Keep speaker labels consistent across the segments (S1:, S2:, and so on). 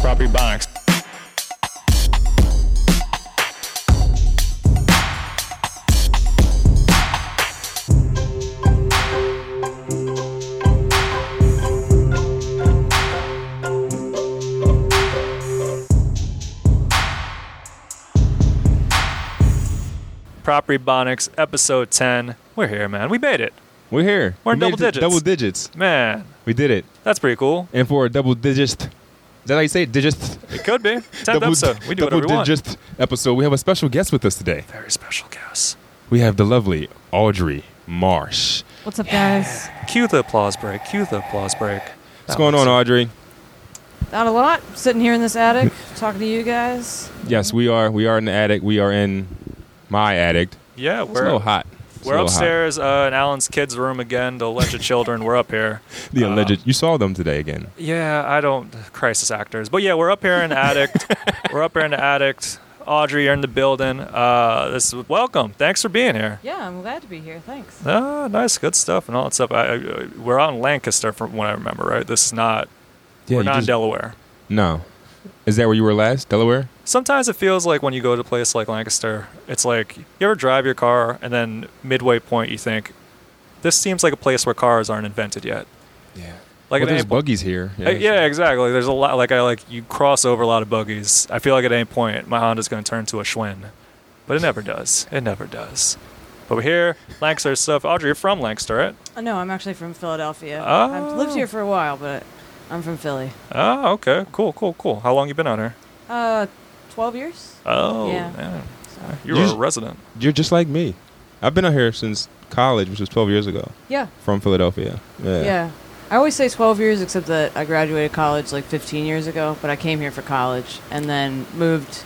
S1: copy box. Property Bonics, episode 10. We're here, man. We made it.
S2: We're here.
S3: We're in
S2: We made
S3: double
S2: it to
S3: digits.
S2: Double digits.
S1: Man,
S2: We did it.
S1: that's pretty cool.
S2: And for a double digit, is that how you say it? digit?
S1: It could be. 10th
S2: Double,
S1: episode. We do
S2: double
S1: whatever we want.
S2: digit episode. We have a special guest with us today.
S1: Very special guest.
S2: We have the lovely Audrey Marsh.
S4: What's up, guys?
S1: Cue the applause break. Cue the applause break.
S2: What's going on, Audrey?
S4: Not a lot. Sitting here in this attic, talking to you guys.
S2: Yes, we are. We are in the attic. We are in my attic.
S1: Yeah,
S2: It's a
S1: we're,
S2: little hot. It's a
S1: we're
S2: little hot.
S1: upstairs uh, in Alan's kids' room again. The alleged children. We're up here.
S2: The
S1: Uh,
S2: alleged. you saw them today again.
S1: Yeah, I don't crisis actors, but yeah, we're up here in the addict. we're up here in the addict. Audrey, you're in the building. Uh, this is welcome. Thanks for being here.
S4: Yeah, I'm glad to be here. Thanks.
S1: Ah, nice, good stuff, and all that stuff. I, I, we're out in Lancaster, from what I remember. Right, this is not.
S2: Yeah,
S1: we're
S2: you
S1: not in
S2: just-
S1: Delaware.
S2: No. Is that where you were last? Delaware?
S1: Sometimes it feels like when you go to a place like Lancaster, it's like you ever drive your car and then midway point you think, this seems like a place where cars aren't invented yet.
S2: Yeah.
S1: Like
S2: Like
S1: at any
S2: well, there's
S1: po-
S2: buggies here.
S1: Uh, yeah, exactly. There's a lot like I like you cross over a lot of buggies. I feel like at any point my Honda's going to turn to a Schwinn, but it never does. It never does. But we're here, Lancaster stuff. Audrey, you're from Lancaster, right?
S4: Uh, no, I'm actually from Philadelphia.
S1: Oh.
S4: I've lived here for a while, but I'm from Philly.
S1: Oh, okay, cool, cool, cool. How long you been out here?
S4: Uh, 12 years.
S1: Oh,
S4: Yeah.
S1: man.
S4: So.
S1: you
S2: You
S1: were a
S2: s-
S1: resident.
S2: You're just like me. I've been out here since college, which was 12 years ago,
S4: Yeah,
S2: from Philadelphia.
S4: yeah. I always say 12 years, except that I graduated college like 15 years ago, but I came here for college and then moved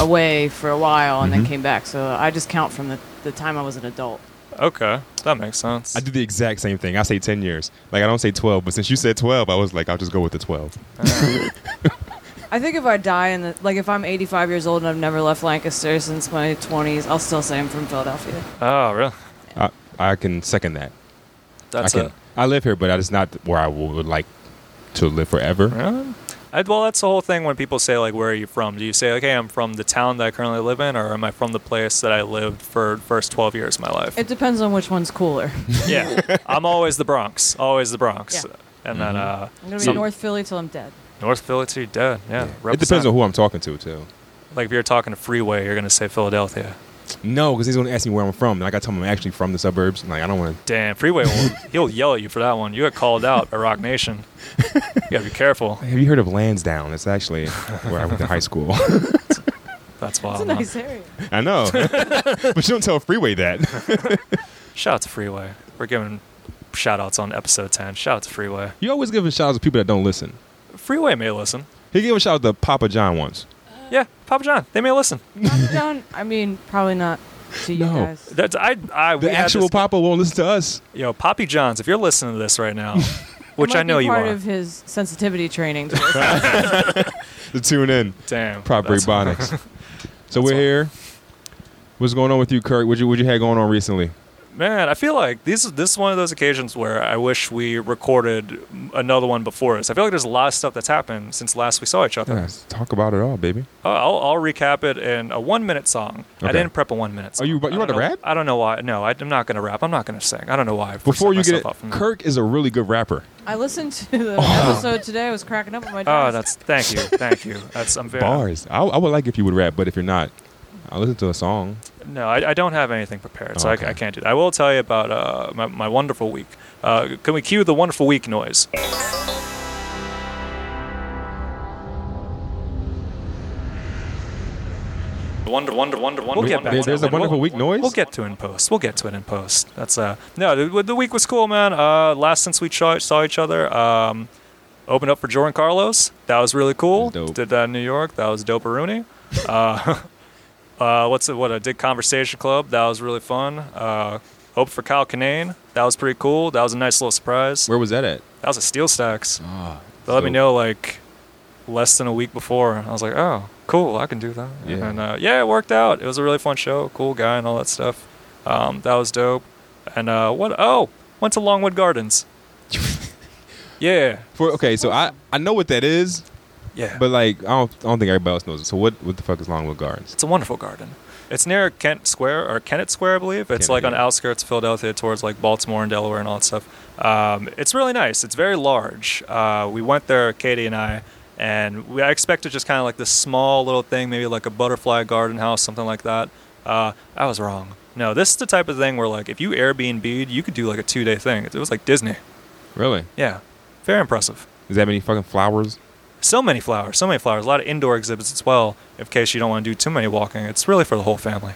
S4: away for a while and
S2: Mhm.
S4: then came back. So I just count from the, the time I was an adult.
S1: Okay, that makes sense.
S2: I do the exact same thing. I say 10 years. Like, I don't say 12, but since you said 12, I was like, I'll just go with the 12.
S1: Uh,
S4: I think if I die in the like if I'm 85 years old and I've never left Lancaster since my 20s, I'll still say I'm from Philadelphia.
S1: oh, really?
S2: I, I can second that.
S1: That's
S2: I can.
S1: it.
S2: I live here, but it's not where I would like to live forever.
S1: Really? I, well, that's the whole thing when people say like, "Where are you from?" Do you say like, "Hey, I'm from the town that I currently live in," or am I from the place that I lived for first 12 years of my life?
S4: It depends on which one's cooler.
S1: yeah, I'm always the Bronx. Always the Bronx.
S4: Yeah.
S1: And then
S2: Mm-hmm.
S1: uh,
S4: I'm gonna be
S1: some-
S4: North Philly till I'm dead.
S1: North Philly too. Dead. Yeah.
S2: It depends
S1: represent.
S2: on who I'm talking to, too.
S1: Like if you're talking to Freeway, you're gonna say Philadelphia.
S2: No, because he's going to ask me where I'm from. And I got to tell him I'm actually from the suburbs. And like, I don't want to.
S1: Damn, Freeway. will, he'll yell at you for that one. You got called out by Rock Nation. You gotta be careful.
S2: Have you heard of Lansdowne? It's actually where I went to high school.
S1: That's wild.
S4: It's a
S1: man.
S4: nice area.
S2: I know. but you don't tell Freeway that.
S1: Shout out to Freeway. We're giving shout outs on episode 10. Shout out to Freeway.
S2: You always give a shout out to people that don't listen.
S1: Freeway may listen.
S2: He gave a shout out to Papa John once.
S1: Yeah, Papa John. They may listen.
S4: Papa John, I mean, probably not to you
S2: No.
S4: guys.
S1: That's I. I
S2: The
S1: we had
S2: actual
S1: this-
S2: Papa won't listen to us.
S1: Yo, Poppy Johns. If you're listening to this right now, which
S4: It might
S1: I know
S4: be
S1: you
S4: part
S1: are.
S4: of his sensitivity training. to us.
S2: To tune in.
S1: Damn.
S2: Property
S1: that's-
S2: Bonics. so we're
S1: all.
S2: here. What's going on with you, Kirk? What you what you had going on recently?
S1: Man, I feel like this is this is one of those occasions where I wish we recorded another one before us. I feel like there's a lot of stuff that's happened since last we saw each other.
S2: Yeah, talk about it all, baby.
S1: Oh, I'll, I'll recap it in a one minute song. I
S2: Okay.
S1: didn't prep a one minute.
S2: Are
S1: song.
S2: you- you
S1: I don't
S2: about to
S1: know-
S2: rap?
S1: I don't know why. No, I, am not gonna rap. I'm not gonna sing. I don't know why. I
S2: Before you
S1: set
S2: get
S1: myself up
S2: it,
S1: from-
S2: Kirk is a really good rapper.
S4: I listened to the episode today. I was cracking up with my
S1: Oh,
S4: dad.
S1: that's thank you, thank you. That's I'm very
S2: Bars. I, I would like if you would rap, but if you're not, I'll listen to a song.
S1: No, I, I don't have anything prepared, so I- I,
S2: Okay.
S1: can't do that. I will tell you about uh, my, my wonderful week. Uh, can we cue the wonderful week noise? Wonder, wonder, wonder, wonder. We'll get back
S2: There-
S1: to
S2: there's
S1: that.
S2: a wonderful
S1: We'll-
S2: week noise?
S1: We'll get to it in post. We'll get to it in post. That's uh no. The, the week was cool, man. Uh, last since we saw, saw each other, um, opened up for Jordan Carlos. That was really cool.
S2: That was dope.
S1: Did that in New York. That was dope, Rooney. Uh, uh, what's it? What I did Conversation Club. That was really fun. Uh, Hope for Kyle Kinane. That was pretty cool. That was a nice little surprise.
S2: Where was that at?
S1: That was a Steel Stacks.
S2: Ah,
S1: They let me
S2: so-
S1: know like less than a week before. And I was like, oh, cool, I can do that.
S2: Yeah.
S1: And uh, yeah, it worked out. It was a really fun show. Cool guy and all that stuff. Um, that was dope. And uh, what? Oh, went to Longwood Gardens. yeah.
S2: For okay, so I I know what that is,
S1: Yeah.
S2: But like, I don't, I don't think everybody else knows it. So what, what the fuck is Longwood Gardens?
S1: It's a wonderful garden. It's near Kent Square or Kennett Square, I believe. It's like
S2: Kennett,
S1: on
S2: yeah.
S1: outskirts of Philadelphia, towards like Baltimore and Delaware and all that stuff. Um, it's really nice. It's very large. Uh, we went there, Katie and I, and we I expected just kind of like this small little thing, maybe like a butterfly garden house, something like that. Uh, I was wrong. No, this is the type of thing where like if you Airbnb'd, you could do like a two day thing. It was like Disney.
S2: Really?
S1: Yeah, very impressive.
S2: Is that many fucking flowers?
S1: So many flowers, so many flowers. A lot of indoor exhibits as well, in case you don't want to do too many walking. It's really for the whole family.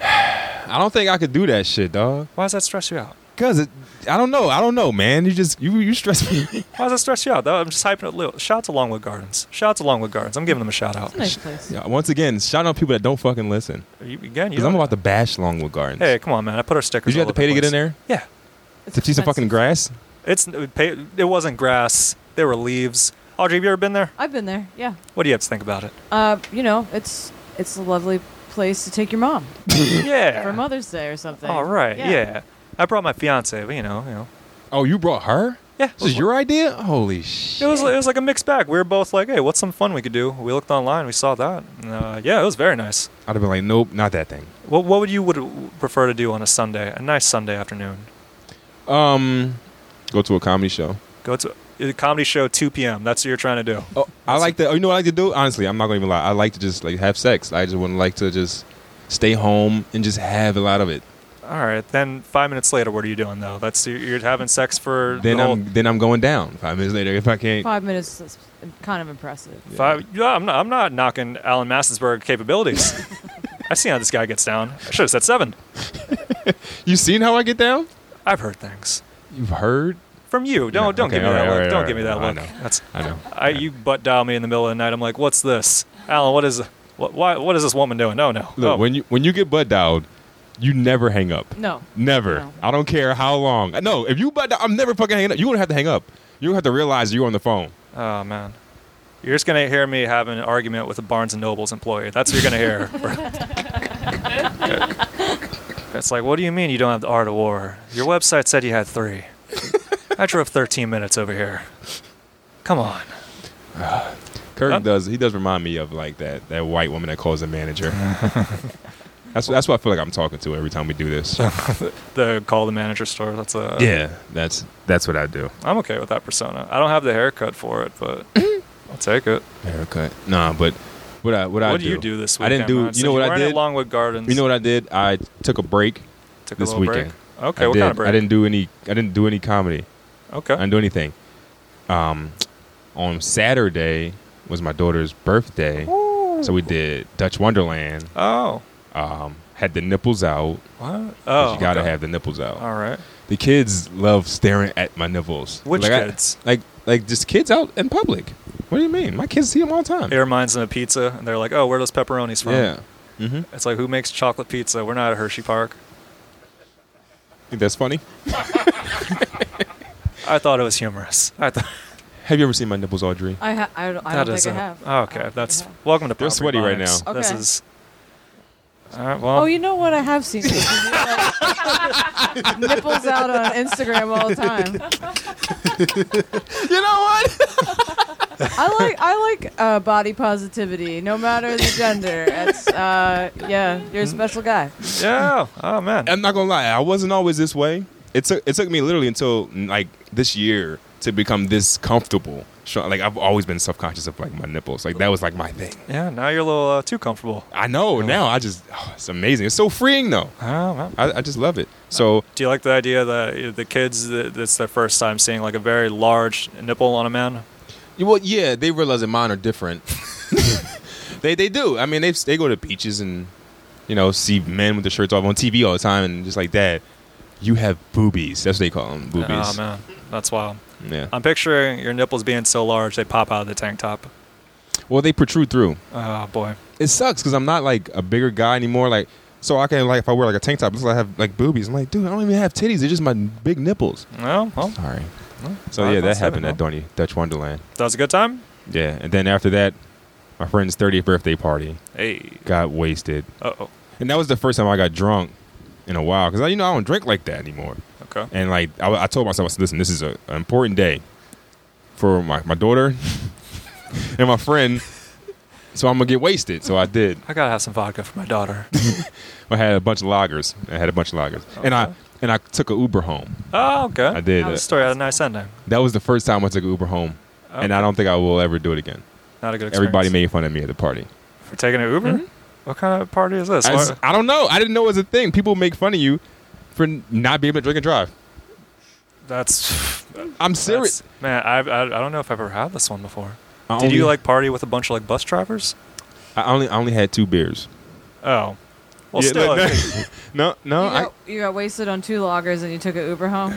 S2: I don't think I could do that shit, dog.
S1: Why does that stress you out?
S2: Cause it, I don't know. I don't know, man. You just you you stress me.
S1: Why does that stress you out? Though? I'm just hyping it. Little. Shout out to Longwood Gardens. Shout out to Longwood Gardens. I'm giving them a shout out.
S4: It's a nice place.
S2: Yeah, Once again, shout out people that don't fucking listen.
S1: You, again, you
S2: Cause I'm about to bash Longwood Gardens.
S1: Hey, come on, man! I put our stickers.
S2: Did you have
S1: all
S2: to pay to
S1: over the
S2: get in
S1: place.
S2: there?
S1: Yeah,
S4: It's
S2: To see some
S4: expensive.
S2: fucking grass?
S1: it's pay, it wasn't grass. There were leaves. Audrey, have you ever been there?
S4: I've been there. Yeah.
S1: What do you have to think about it?
S4: Uh, you know, it's it's a lovely place to take your mom
S1: yeah.
S4: for Mother's Day or something.
S1: All right. Yeah. I brought my fiance, but you know, you know.
S2: Oh, you brought her?
S1: Yeah.
S2: This is your idea? Holy shit!
S1: It was it was like a mixed bag. We were both like, hey, what's some fun we could do? We looked online. We saw that. And, uh, yeah, it was very nice.
S2: I'd have been like, nope, not that thing.
S1: What what would you would prefer to do on a Sunday? A nice Sunday afternoon.
S2: Um, go to a comedy show.
S1: Go to a comedy show 2 p.m. That's what you're trying to do.
S2: Oh, I like to. oh, You know what I like to do? Honestly, I'm not gonna even lie. I like to just like have sex. I just wouldn't like to just stay home and just have a lot of it.
S1: All right, then five minutes later, what are you doing though? That's you're- you're having sex for
S2: Then
S1: the whole
S2: I'm then I'm going down five minutes later if I can't.
S4: Five minutes is kind of impressive.
S1: five. Yeah, I'm not. I'm not knocking Alan Massensberg capabilities. I see how this guy gets down. I should have said seven.
S2: You seen how I get down?
S1: I've heard things
S2: You've heard?
S1: from you. Don't
S2: Yeah,
S1: don't
S2: okay,
S1: give me
S2: all
S1: that
S2: right, all
S1: look.
S2: right,
S1: don't
S2: all
S1: give me
S2: right.
S1: that
S2: I
S1: look.
S2: know.
S1: That's
S2: I know.
S1: I, you butt dial me in the middle of the night. I'm like, what's this, Alan? What is what? Why, what is this woman doing? No, no.
S2: Look,
S1: Oh,
S2: when you when you get butt dialed, you never hang up.
S4: No.
S2: Never.
S4: No.
S2: I don't care how long. No, if you butt, dial- I'm never fucking hanging up. You gonna have to hang up. You gonna have to realize you're on the phone.
S1: oh man. You're just gonna hear me having an argument with a Barnes and Noble's employee. That's what you're gonna hear. it's like, what do you mean you don't have the art of war? Your website said you had three. I drove 13 minutes over here. Come on.
S2: Kirk
S1: Huh?
S2: does. He does remind me of like that that white woman that calls a manager. that's that's what I feel like I'm talking to every time we do this.
S1: The call the manager store. That's a.
S2: yeah, that's that's what I do.
S1: I'm okay with that persona. I don't have the haircut for it, but I'll take it.
S2: Haircut. Nah, but what I what, I
S1: what do you do this week?
S2: I didn't do. You know what I did?
S1: Longwood Gardens.
S2: You know what I did? I took a break.
S1: Took
S2: this
S1: a little
S2: weekend.
S1: Break. Okay,
S2: I
S1: what
S2: did.
S1: kind of break?
S2: I didn't do any. I didn't do any comedy.
S1: Okay.
S2: I didn't do anything. Um, on Saturday was my daughter's birthday, so we did Dutch Wonderland.
S1: oh.
S2: Um, had the nipples out.
S1: What?
S2: 'cause
S1: Oh.
S2: you gotta
S1: okay.
S2: have the nipples out.
S1: All right.
S2: The kids love staring at my nipples.
S1: Which
S2: Like, I-
S1: kids?
S2: like, like just kids out in public. What do you mean? My kids see them all the time.
S1: It reminds them of pizza, and they're like, "Oh, where are those pepperonis from?"
S2: Yeah, mm-hmm.
S1: It's like, who makes chocolate pizza? We're not at Hershey Park.
S2: think that's funny.
S1: I thought it was humorous. I thought
S2: Have you ever seen my nipples, Audrey?
S4: I ha- I don't, I
S1: that
S4: don't
S1: is
S4: think I
S1: a- Oh,
S4: have. I don't
S1: Okay,
S4: think
S1: that's
S4: I have.
S1: welcome to.
S2: You're
S1: Property
S2: sweaty right
S1: Vibes.
S2: now.
S1: This
S4: Okay.
S1: is. All right. Well.
S4: Oh, you know what? I have seen you. You, like, nipples out on Instagram all the time.
S2: you know what?
S4: I like I like uh, body positivity, no matter the gender. It's uh, yeah, you're a special guy.
S1: Yeah. Oh man.
S2: I'm not gonna lie. I wasn't always this way. It took it took me literally until like this year to become this comfortable. Sure, Like I've always been self conscious of like my nipples. Like that was like my thing.
S1: Yeah. Now you're a little uh, too comfortable.
S2: I know now. I just oh, it's amazing. It's so freeing though.
S1: Oh man.
S2: I, I just love it. So
S1: Do you like the idea that uh, the kids that that's their first time seeing like a very large nipple on a man?
S2: Yeah, Well, yeah, they realize that mine are different. they they do. I mean, they they go to beaches and you know see men with their shirts off on TV all the time and just like that. You have boobies. That's what they call them, boobies.
S1: Oh man, that's wild.
S2: Yeah.
S1: I'm picturing your nipples being so large they pop out of the tank top.
S2: well, they protrude through.
S1: Oh boy.
S2: It sucks because I'm not like a bigger guy anymore. Like, so I can like if I wear like a tank top, it looks like I have like boobies. I'm like, dude, I don't even have titties. They're just my big nipples.
S1: Well, well,
S2: Sorry.
S1: well,
S2: So
S1: all
S2: yeah,
S1: right,
S2: that
S1: that's it,
S2: happened
S1: huh?
S2: at Donny Dutch Wonderland.
S1: That was a good time.
S2: Yeah, and then after that, my friend's 30th birthday party
S1: Hey.
S2: got wasted.
S1: Uh oh.
S2: And that was the first time I got drunk in a while because you know I don't drink like that anymore.
S1: Okay.
S2: And like I, I told myself, I said, listen, this is a, an important day for my, my daughter, and my friend. So I'm gonna get wasted. So I did.
S1: I gotta have some vodka for my daughter.
S2: I had a bunch of loggers. I had a bunch of loggers, and I and I took an Uber home.
S1: oh, okay.
S2: I did
S1: That was a
S2: it.
S1: story had a nice ending.
S2: That was the first time I took an Uber home, and I don't think I will ever do it again.
S1: Not a good. Experience.
S2: Everybody made fun of me at the party.
S1: for taking an Uber. What kind of party is this?
S2: I, s-
S1: Why-
S2: I don't know. I didn't know it was a thing. People make fun of you for n- not being able to drink and drive.
S1: that's,
S2: I'm serious.
S1: that's man. I, I I don't know if I've ever had this one before.
S2: I
S1: Did
S2: only-
S1: you like party with a bunch of like bus drivers?
S2: I only I only had two beers.
S1: Oh, well,
S2: Yeah,
S1: still.
S2: like-
S1: I-
S2: No, no.
S4: you,
S2: Oh, I,
S4: got, you got wasted on two loggers and you took an Uber home.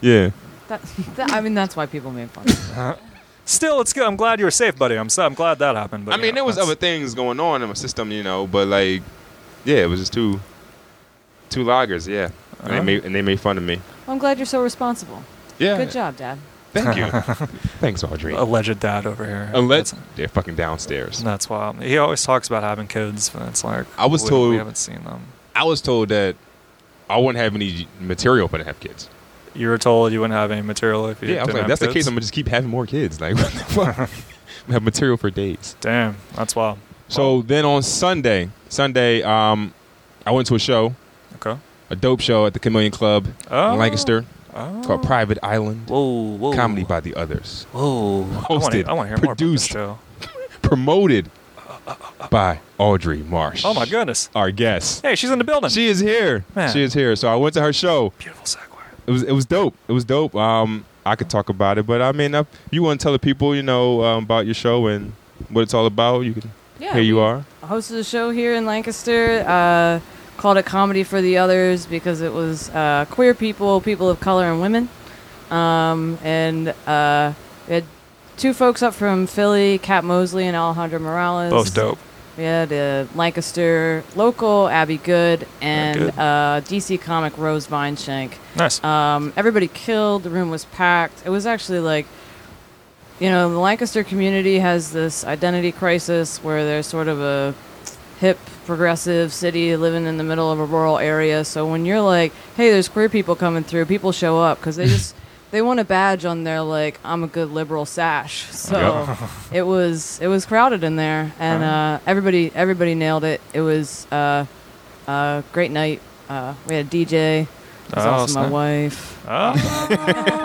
S2: yeah.
S4: That, that, I mean, that's why people made fun. of me.
S1: Still, it's good. I'm glad you were safe, buddy. I'm so, I'm glad that happened. But
S2: I
S1: you
S2: mean,
S1: know,
S2: there was
S1: that's-
S2: other things going on in my system, you know, but like, yeah, it was just two, two loggers, yeah. And they
S1: Uh-huh.
S2: made and they made fun of me.
S4: I'm glad you're so responsible.
S2: Yeah.
S4: Good job, Dad.
S2: Thank you. Thanks, Audrey.
S1: alleged dad over here.
S2: Unless
S1: That's-
S2: they're fucking downstairs.
S1: that's wild. He always talks about having kids, but it's like
S2: I was
S1: we-
S2: told-
S1: we haven't seen them.
S2: I was told that I wouldn't have any material if I didn't have kids.
S1: You were told you wouldn't have any material if you
S2: Yeah, I was
S1: didn't
S2: like,
S1: have
S2: that's the
S1: kids?
S2: case. I'm gonna just keep having more kids. Like, what the fuck? I'm gonna have material for days.
S1: Damn, that's wild.
S2: So then on Sunday, Sunday, um, I went to a show,
S1: Okay.
S2: a dope show at the Chameleon Club
S1: Oh.
S2: in Lancaster
S1: Oh.
S2: called Private Island.
S1: Whoa, whoa.
S2: Comedy by the Others.
S1: Whoa.
S2: Hosted,
S1: I want to hear
S2: produced.
S1: more about
S2: promoted by Audrey Marsh.
S1: this show. Oh my goodness.
S2: Our guest.
S1: Hey, she's in the building.
S2: She is here.
S1: Man.
S2: She is here. So I went to her show.
S1: Beautiful segue.
S2: It was it was dope. It was dope. Um, I could talk about it, but I mean, if you want to tell the people, you know, um, about your show and what it's all about, you can.
S4: Yeah,
S2: here you are.
S4: I hosted a show here in Lancaster. Uh, called it Comedy for the Others because it was uh, queer people, people of color, and women. Um, and uh, we had two folks up from Philly, Kat Mosley and Alejandro Morales.
S1: Both dope.
S4: We had uh, Lancaster local Abby Good and
S1: Good.
S4: Uh, DC comic Rose Vineshank.
S1: Nice.
S4: Um, everybody killed. The room was packed. It was actually like, you know, the Lancaster community has this identity crisis where they're sort of a hip, progressive city living in the middle of a rural area. So when you're like, hey, there's queer people coming through, people show up because they just. They want a badge on their like I'm a good liberal sash. So it was it was crowded in there, and uh, everybody everybody nailed it. It was uh, a great night. Uh, we had a DJ. It was
S1: Oh,
S4: also my
S1: snap.
S4: wife.
S1: oh,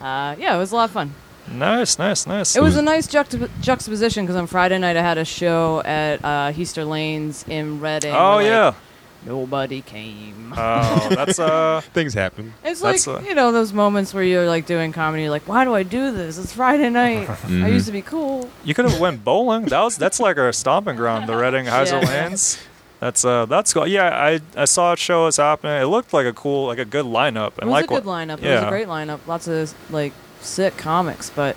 S4: Uh, yeah, it was a lot of fun.
S1: nice, nice, nice.
S4: It was a nice juxtap- juxtaposition because on Friday night I had a show at uh, Easter Lanes in Reading.
S1: Oh
S4: where, like,
S1: yeah.
S4: nobody came.
S1: Oh, that's uh.
S2: Things happen.
S4: It's like
S1: That's a-
S4: you know those moments where you're like doing comedy, you're like, why do I do this? It's Friday night.
S1: Mm-hmm.
S4: I used to be cool.
S1: You could have went bowling. That was that's like our stomping ground, the Reading Heiser
S4: Yeah.
S1: Lands. That's uh that's cool. Yeah, I I saw a show was happening. It looked like a cool like a good lineup.
S4: It
S1: And
S4: was
S1: like
S4: a good lineup. It was
S1: yeah.
S4: a great lineup. Lots of like sick comics, but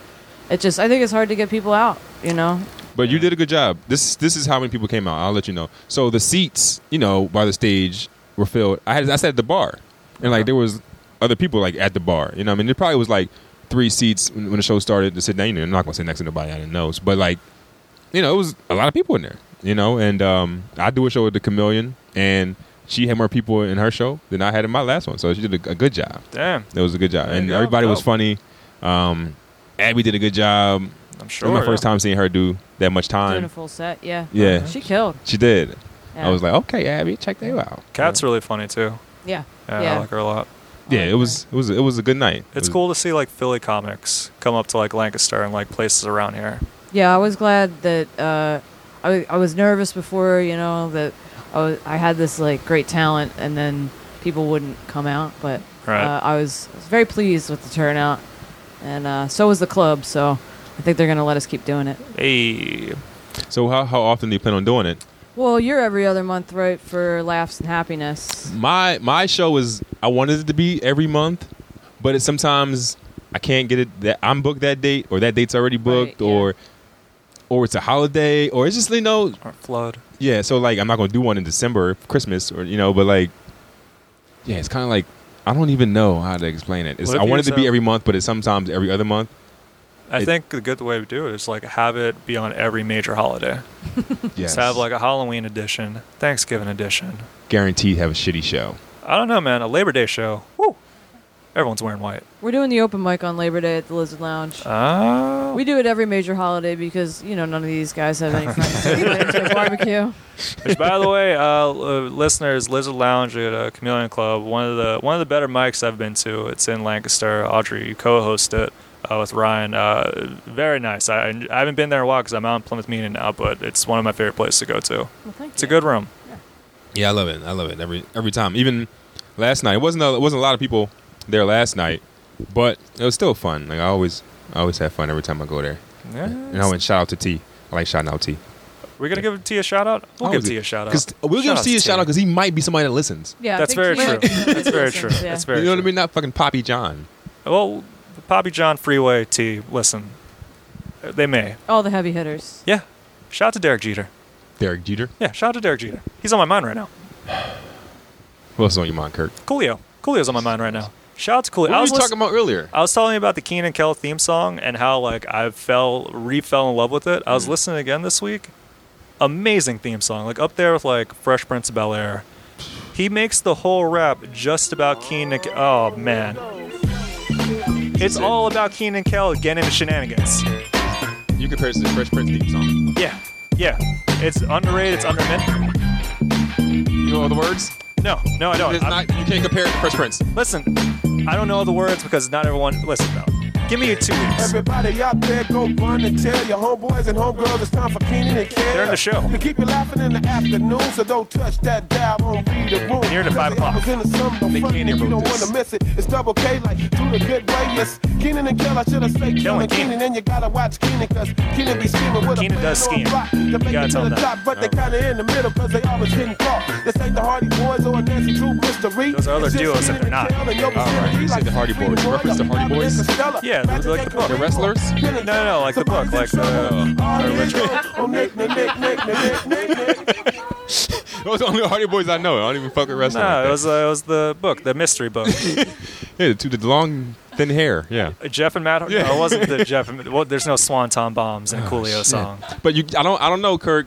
S4: it just I think it's hard to get people out. You know,
S2: But you did a good job. This this is how many people came out. I'll let you know. So the seats, you know, by the stage were filled. I had I sat at the bar, and
S1: Uh-huh.
S2: like there was other people like at the bar. You know, what I mean, there probably was like three seats when when the show started to sit down. You know, I'm not gonna sit next to nobody I didn't know, but like, you know, it was a lot of people in there. You know, and um, I do a show with the Chameleon, and she had more people in her show than I had in my last one. So she did a, a good job.
S1: Damn,
S2: It was a good job,
S1: There you
S2: and
S1: go.
S2: everybody was
S1: Dope.
S2: funny. Um, Abby did a good job.
S1: I'm sure.
S2: it was my first
S1: yeah.
S2: time seeing her do that much
S4: doing
S2: time.
S4: a full set. Yeah,
S2: Yeah.
S4: she killed.
S2: She did.
S4: Yeah.
S2: I was like, okay, Abby, check that out.
S1: Cat's really funny too.
S4: yeah,
S1: Yeah, I like her a lot.
S2: Yeah, it was it was it was a good night. It
S1: It's
S2: was-
S1: cool to see like Philly comics come up to like Lancaster and like places around here.
S4: Yeah, I was glad that uh, I, I was nervous before, you know, that I, was, I had this like great talent and then people wouldn't come out. But
S1: Right.
S4: uh, I, was, I was very pleased with the turnout, and uh, so was the club. So I think they're gonna let us keep doing it.
S1: Hey,
S2: So how how often do you plan on doing it?
S4: Well, you're every other month, right, for laughs and happiness.
S2: My my show is I wanted it to be every month, but it sometimes I can't get it that I'm booked that date or that date's already booked
S4: yeah.
S2: or or it's a holiday or it's just you know
S1: or flood.
S2: yeah, so like I'm not gonna do one in December, Christmas or you know, but like yeah, it's kinda like I don't even know how to explain it. It's,
S1: What if
S2: I wanted
S1: you
S2: to be
S1: said-
S2: every month, but it's sometimes every other month.
S1: I
S2: It-
S1: think the good way to do it is like have it be on every major holiday. Just
S2: Yes.
S1: have like a Halloween edition, Thanksgiving edition.
S2: guaranteed have a shitty show.
S1: I don't know, man. A Labor Day show. Woo. Everyone's wearing white.
S4: We're doing the open mic on Labor Day at the Lizard Lounge.
S1: Oh.
S4: we do it every major holiday because you know none of these guys have any friends to invite to a barbecue.
S1: Which, by the way, uh, uh, listeners, Lizard Lounge at uh, Chameleon Club, one of the one of the better mics I've been to. It's in Lancaster. Audrey, you co-host it uh, with Ryan. Uh, very nice. I, I haven't been there in a while because I'm out in Plymouth Meeting now, but it's one of my favorite places to go to.
S4: Well, thank
S1: It's a good room.
S2: Yeah, I love it. I love it every every time. Even last night, it wasn't a, it wasn't a lot of people there last night, but it was still fun. Like I always I always have fun every time I go there.
S1: Yeah.
S2: And I went shout out to T. I like shouting out T.
S1: We're gonna give T a shout out. We'll
S2: I
S1: give
S2: was-
S1: T a shout out.
S2: Cause we'll give
S1: Shout-outs
S2: T a
S1: to
S2: shout out because he might be somebody that listens.
S4: Yeah,
S1: That's
S4: big
S1: very
S4: team.
S1: true. That's very true.
S4: Yeah.
S1: That's very.
S2: you know what I
S1: true.
S2: mean? Not fucking Poppy John.
S1: Well, Poppy John Freeway T. Listen, they may.
S4: All the heavy hitters.
S1: Yeah. Shout out to Derek Jeter.
S2: Derek Jeter.
S1: Yeah. Shout out to Derek Jeter. He's on my mind right now.
S2: Who else is on your mind, Kirk?
S1: Coolio. Coolio's on my mind right now. Shout out to Coolio.
S2: What
S1: I
S2: were we
S1: was
S2: talking
S1: talking.
S2: about earlier?
S1: I was telling you about the Keenan Kel theme song and how like I fell re fell in love with it.
S2: Mm.
S1: I was listening again this week. Amazing theme song, like up there with like Fresh Prince of Bel Air. He makes the whole rap just about Keenan. Ke- Oh man, it's all about Keenan Kel getting into shenanigans.
S2: You compare it to the Fresh Prince theme song.
S1: Yeah, yeah. It's underrated. It's undermined.
S2: You know all the words?
S1: No, no, Oh, I don't.
S2: It's
S1: I'm-
S2: not, you can't compare it to Fresh Prince.
S1: Listen, I don't know all the words because not everyone. Listen though, give me two weeks.
S3: Everybody out there, go run and tell your homeboys and homegirls it's time for Keenan and Kel.
S1: They're in the show.
S3: We keep you laughing in the afternoon, so don't touch that dial on read the room.
S1: Near to
S3: Cause
S1: five
S3: the
S1: o'clock.
S3: hours in the summer,
S2: They
S3: fun,
S2: can't
S3: you
S2: hear
S3: don't
S2: this.
S3: wanna miss it. It's double K, like do the good way. It's Keenan and Kel, I should have said Kel
S1: Killing
S3: and Keenan,
S1: Keenan.
S3: and you gotta watch Keenan, cause Keenan be scheming with
S1: Keenan
S3: a
S1: does
S3: plan on
S1: scheme.
S3: block to make
S1: gotta tell
S3: it to the
S1: him that.
S3: top, but they kinda in the middle, cause they always getting caught. This ain't the Hardy Boys or a Nancy Drew mystery.
S1: Those are other
S3: It's just
S1: duos that
S3: Keenan
S1: they're not.
S3: and Kel and your
S2: All right, you said the Hardy Boys. You referenced the Hardy Boys?
S1: Yeah, like the book.
S2: The wrestlers?
S3: No,
S1: No, no, like the book, like the-
S3: Oh,
S2: Those are the only Hardy Boys I know. I don't even fucking wrestling.
S1: No,
S2: like
S1: it
S2: that.
S1: was uh, it was the book, the mystery book.
S2: yeah, the two the long thin hair. Yeah.
S1: Jeff and Matt.
S2: Yeah. Oh,
S1: No, it wasn't the Jeff and. Well, there's no Swanton bombs in a Coolio
S2: Shit.
S1: song.
S2: But you, I don't, I don't know, Kirk.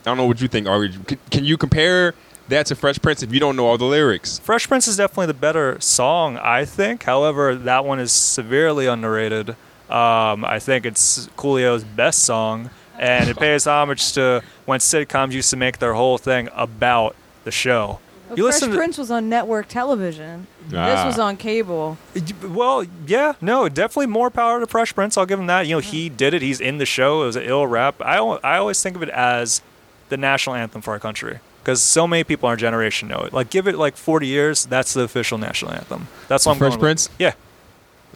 S2: I don't know what you think. Are we, can, can you compare that to Fresh Prince if you don't know all the lyrics?
S1: Fresh Prince is definitely the better song, I think. However, that one is severely underrated. Um, I think it's Coolio's best song, and it pays homage to when sitcoms used to make their whole thing about the show.
S4: Well,
S1: You
S4: Fresh
S1: listen. To,
S4: Prince was on network television. This
S2: Ah.
S4: was on cable.
S1: Well, yeah, no, definitely more power to Fresh Prince. I'll give him that. You know, he did it. He's in the show. It was an ill rap. I, al- I always think of it as the national anthem for our country because so many people in our generation know it. Like, give it like 40 years, that's the official national anthem. That's what I'm
S2: Fresh
S1: going with.
S2: Prince?
S1: Yeah.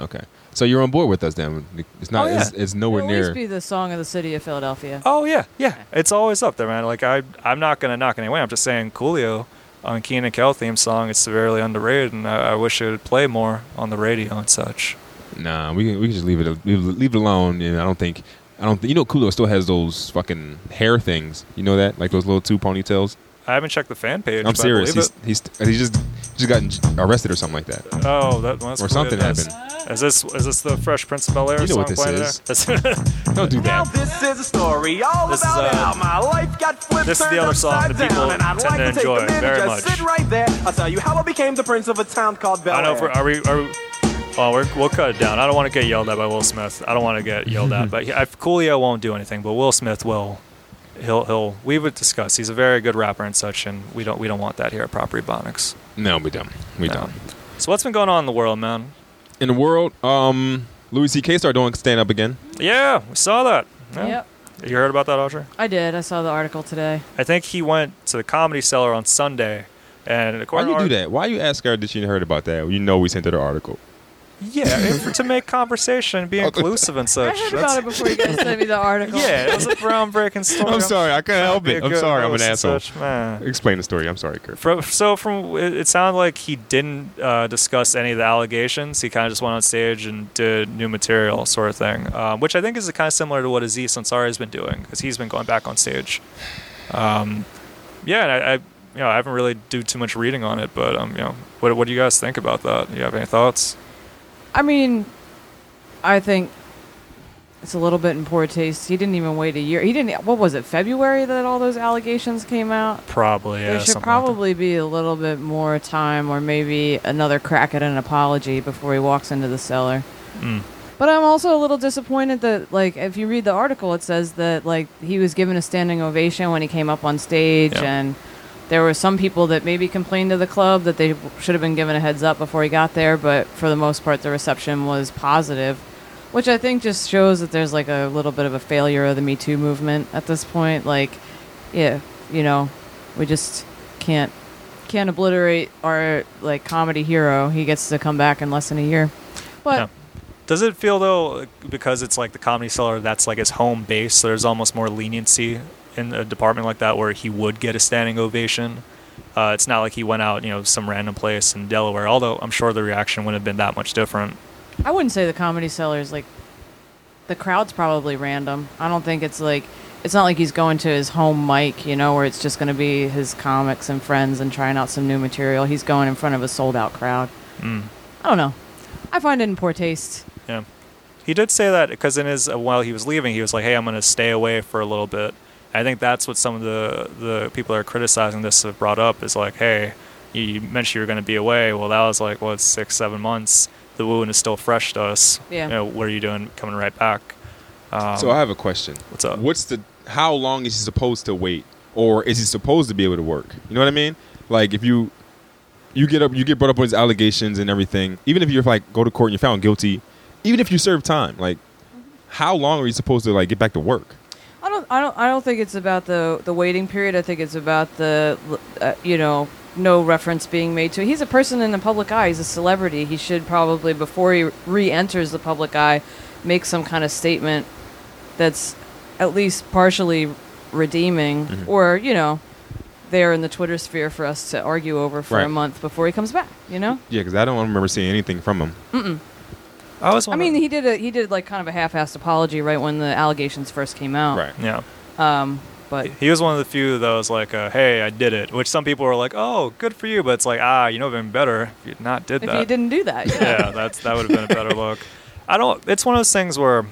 S2: Okay, so you're on board with us then. It's not.
S1: Oh, yeah.
S2: it's, it's nowhere
S4: It'll always
S2: near.
S4: be the song of the city of Philadelphia.
S1: Oh yeah, yeah. It's always up there, man. Like I, I'm not gonna knock anyone. I'm just saying Coolio on Keenan Kel theme song is severely underrated, and I, I wish it would play more on the radio and such.
S2: Nah, we can, we can just leave it leave, leave it alone. And I don't think I don't. Think, you know, Kulo still has those fucking hair things. You know that, like those little two ponytails.
S1: I haven't checked the fan page.
S2: I'm
S1: but I
S2: serious.
S1: believe
S2: He's, he's he's just just gotten arrested or something like that.
S1: it. Oh, that well, that's
S2: or
S1: Coolio
S2: something
S1: does. Is this is this the Fresh Prince of Bel Air
S2: You know
S1: song
S2: what this
S1: playing
S2: is.
S1: there? That's-
S2: Don't do
S3: Now
S2: that.
S3: this is a story all
S1: This is,
S3: about
S1: uh,
S3: how my life got flipped
S1: this is the
S3: turned
S1: other song that
S3: upside
S1: people
S3: down, and I'd
S1: tend
S3: like
S1: to
S3: to take
S1: enjoy
S3: a minute
S1: very
S3: and
S1: much.
S3: just sit right there. I'll tell you how I became the prince of a town called Bel
S1: I
S3: Air.
S1: don't know. If we're, are we? Are we? Oh, we're, we'll cut it down. I don't want to get yelled at by Will Smith. I don't want to get yelled at. But he, I, Coolio won't do anything. But Will Smith will. He'll he'll. We would discuss. He's a very good rapper and such, and we don't we don't want that here at Property Bonics.
S2: No, we don't. We don't.
S1: So what's been going on in the world, man?
S2: In the world, um, Louis C.K. started doing stand up again.
S1: Yeah, we saw that. Yeah.
S4: Yep.
S1: You heard about that, Audrey?
S4: I did. I saw the article today.
S1: I think he went to the Comedy Cellar on Sunday, and
S2: Why
S1: according
S2: you
S1: to
S2: do
S1: our-
S2: that? Why you ask her that she heard about that? You know we sent her the article.
S1: Yeah, if- to make conversation, be inclusive and
S4: I
S1: such.
S4: heard
S1: That's-
S4: about it before you guys sent me the article.
S1: Yeah, it was a groundbreaking story.
S2: I'm sorry, I couldn't help
S1: Be a
S2: it. I'm
S1: good
S2: sorry, I'm an
S1: host and
S2: asshole.
S1: such, man.
S2: Explain the story. I'm sorry, Kurt.
S1: Fro- So from it it sounded like he didn't uh, discuss any of the allegations. He kind of just went on stage and did new material, sort of thing, um, which I think is kind of similar to what Aziz Ansari has been doing because he's been going back on stage. Um, yeah, and I, I, you know, I haven't really do too much reading on it, but um, you know, what what do you guys think about that? Do you have any thoughts?
S4: I mean, I think It's a little bit in poor taste. He didn't even wait a year. He didn't. What was it? February that all those allegations came out.
S1: Probably. Yeah,
S4: there should
S1: something like that.
S4: probably be a little bit more time, or maybe another crack at an apology before he walks into the cellar.
S1: Mm.
S4: But I'm also a little disappointed that, like, if you read the article, it says that like he was given a standing ovation when he came up on stage,
S1: Yeah.
S4: and there were some people that maybe complained to the club that they should have been given a heads up before he got there. But for the most part, the reception was positive, which I think just shows that there's like a little bit of a failure of the Me Too movement at this point. Like, yeah, you know, we just can't can't obliterate our like comedy hero. He gets to come back in less than a year, but.
S1: Yeah. Does it feel though because it's like the comedy cellar that's like his home base, so there's almost more leniency in a department like that where he would get a standing ovation. Uh, it's not like he went out, you know, some random place in Delaware. Although I'm sure the reaction wouldn't have been that much different.
S4: I wouldn't say the comedy cellar is like the crowd's probably random. I don't think it's like it's not like he's going to his home mic, you know, where it's just going to be his comics and friends and trying out some new material. He's going in front of a sold out crowd.
S1: Mm.
S4: I don't know. I find it in poor taste.
S1: Yeah, he did say that because in his uh, while he was leaving, he was like, "Hey, I'm going to stay away for a little bit." I think that's what some of the the people that are criticizing this have brought up is like, "Hey, you, you mentioned you were going to be away. Well, that was like what six, seven months. The wound is still fresh to us.
S4: Yeah.
S1: you know, what are you doing coming right back?" Um,
S2: so I have a question.
S1: what's up?
S2: What's the how long is he supposed to wait, or is he supposed to be able to work? You know what I mean? Like if you you get up, you get brought up with his allegations and everything. Even if you're like go to court and you're found guilty, even if you serve time, like how long are you supposed to like get back to work?
S4: I don't, I don't, I don't think it's about the the waiting period. I think it's about the, uh, you know, no reference being made to. it. He's a person in the public eye. He's a celebrity. He should probably before he re-enters the public eye, make some kind of statement that's at least partially redeeming,
S2: Mm-hmm.
S4: or you know, there in the Twitter sphere for us to argue over for a
S2: Right.
S4: month before he comes back. You know.
S2: Yeah, because I don't remember seeing anything from him.
S1: I was.
S4: I mean, he did a he did like kind of a half-assed apology right when the allegations first came out.
S2: Right.
S1: yeah.
S4: Um, but
S1: He was one of the few that was like, uh, "Hey, I did it," which some people were like, "Oh, good for you," but it's like, ah, you know, been better if you not did
S4: if
S1: that.
S4: he didn't do that, yeah.
S1: yeah, that's that would have been a better look. I don't. It's one of those things where,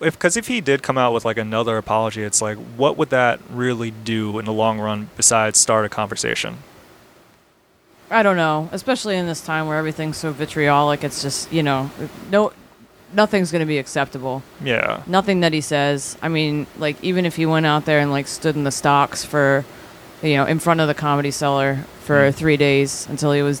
S1: if because if he did come out with like another apology, it's like, what would that really do in the long run besides start a conversation?
S4: I don't know, especially in this time where everything's so vitriolic. It's just you know, no, nothing's going to be acceptable.
S1: Yeah,
S4: Nothing that he says. I mean, like even if he went out there and like stood in the stocks for, you know, in front of the comedy cellar
S1: Mm.
S4: for three days until he was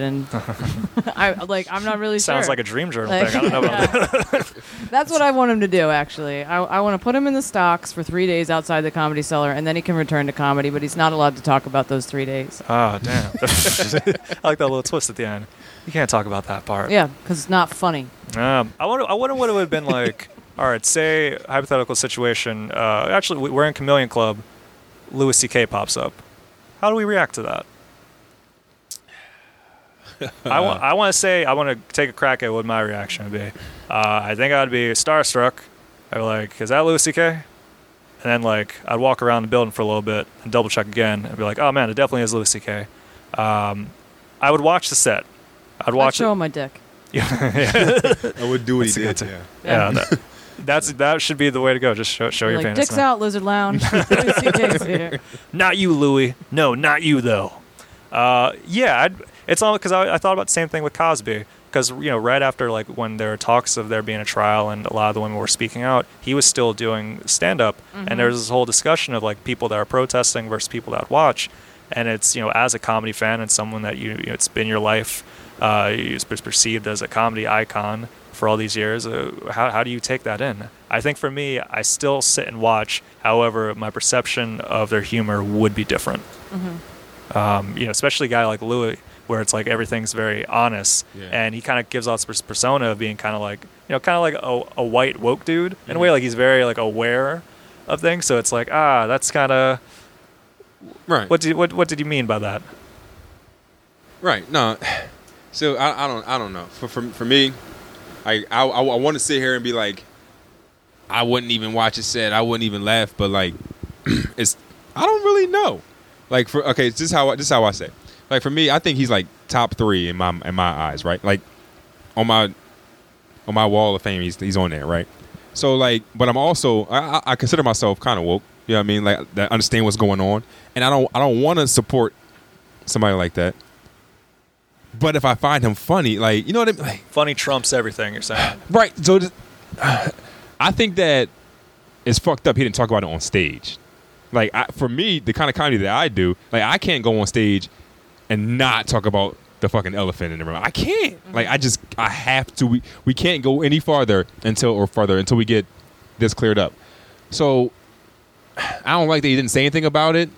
S4: and I like I'm not really
S1: sounds
S4: sure.
S1: like a dream journal
S4: Like-
S1: thing. I don't know about that.
S4: That's what I want him to do. Actually, I, I want to put him in the stocks for three days outside the comedy cellar, and then he can return to comedy. But he's not allowed to talk about those three days.
S1: Ah, damn. I like that little twist at the end. You can't talk about that part.
S4: Yeah, because it's not funny.
S1: Um, I wonder. I wonder what it would have been like. all right, say hypothetical situation. Uh, actually, we- we're in Chameleon Club. Louis C.K. pops up. How do we react to that? I want. I want to say. I want to take a crack at what my reaction would be. Uh, I think I'd be starstruck. I'd be like, "Is that Louis C.K.?" And then like I'd walk around the building for a little bit and double check again and be like, "Oh man, it definitely is Louis C.K." Um, I would watch the set. I'd
S4: I'd
S1: watch
S4: show
S1: it.
S4: him my dick.
S2: I would do what
S1: That's a good Yeah,
S2: Yeah.
S1: that, that's that should be the way to go. Just show, show your
S4: like,
S1: penis.
S4: dicks
S1: man.
S4: out, lizard lounge. CK's here.
S1: Not you, Louis. No, not you though. Uh, yeah, I'd, it's all because I, I thought about the same thing with Cosby. Because you know, right after like when there were talks of there being a trial and a lot of the women were speaking out, he was still doing stand up, and there's this whole discussion of like people that are protesting versus people that watch, and it's you know as a comedy fan and someone that you, you know, it's been your life, uh, it's per- perceived as a comedy icon for all these years. Uh, how how do you take that in? I think for me, I still sit and watch. However, my perception of their humor would be different um, you know, especially a guy like Louis, where it's like everything's very honest,
S2: Yeah.
S1: and he kind of gives off this persona of being kind of like, you know, kind of like a, a white woke dude in a way. Like he's very like aware of things, so it's like, ah, that's kind of
S2: Right.
S1: what did what what did you mean by that?
S2: Right. No. So I, I don't I don't know. For for, for me, I I, I, want to sit here and be like, I wouldn't even watch it said. I wouldn't even laugh. But like, it's I don't really know. Like for okay, this is how I- this is how I say. Like for me, I think he's like top three in my in my eyes. Right. Like on my on my wall of fame, he's he's on there. Right. So like, but I'm also I, I- I consider myself kind of woke. You know what I mean? Like, that I understand what's going on, and I don't I don't want to support somebody like that. But if I find him funny, like you know what I mean? Like,
S1: Funny trumps everything you're saying.
S2: right? So th- I think that it's fucked up. He didn't talk about it on stage. Like I, for me, the kind of comedy that I do, like I can't go on stage and not talk about the fucking elephant in the room. I can't. Like I just I have to. We, we can't go any farther until or further until we get this cleared up. So I don't like that he didn't say anything about it.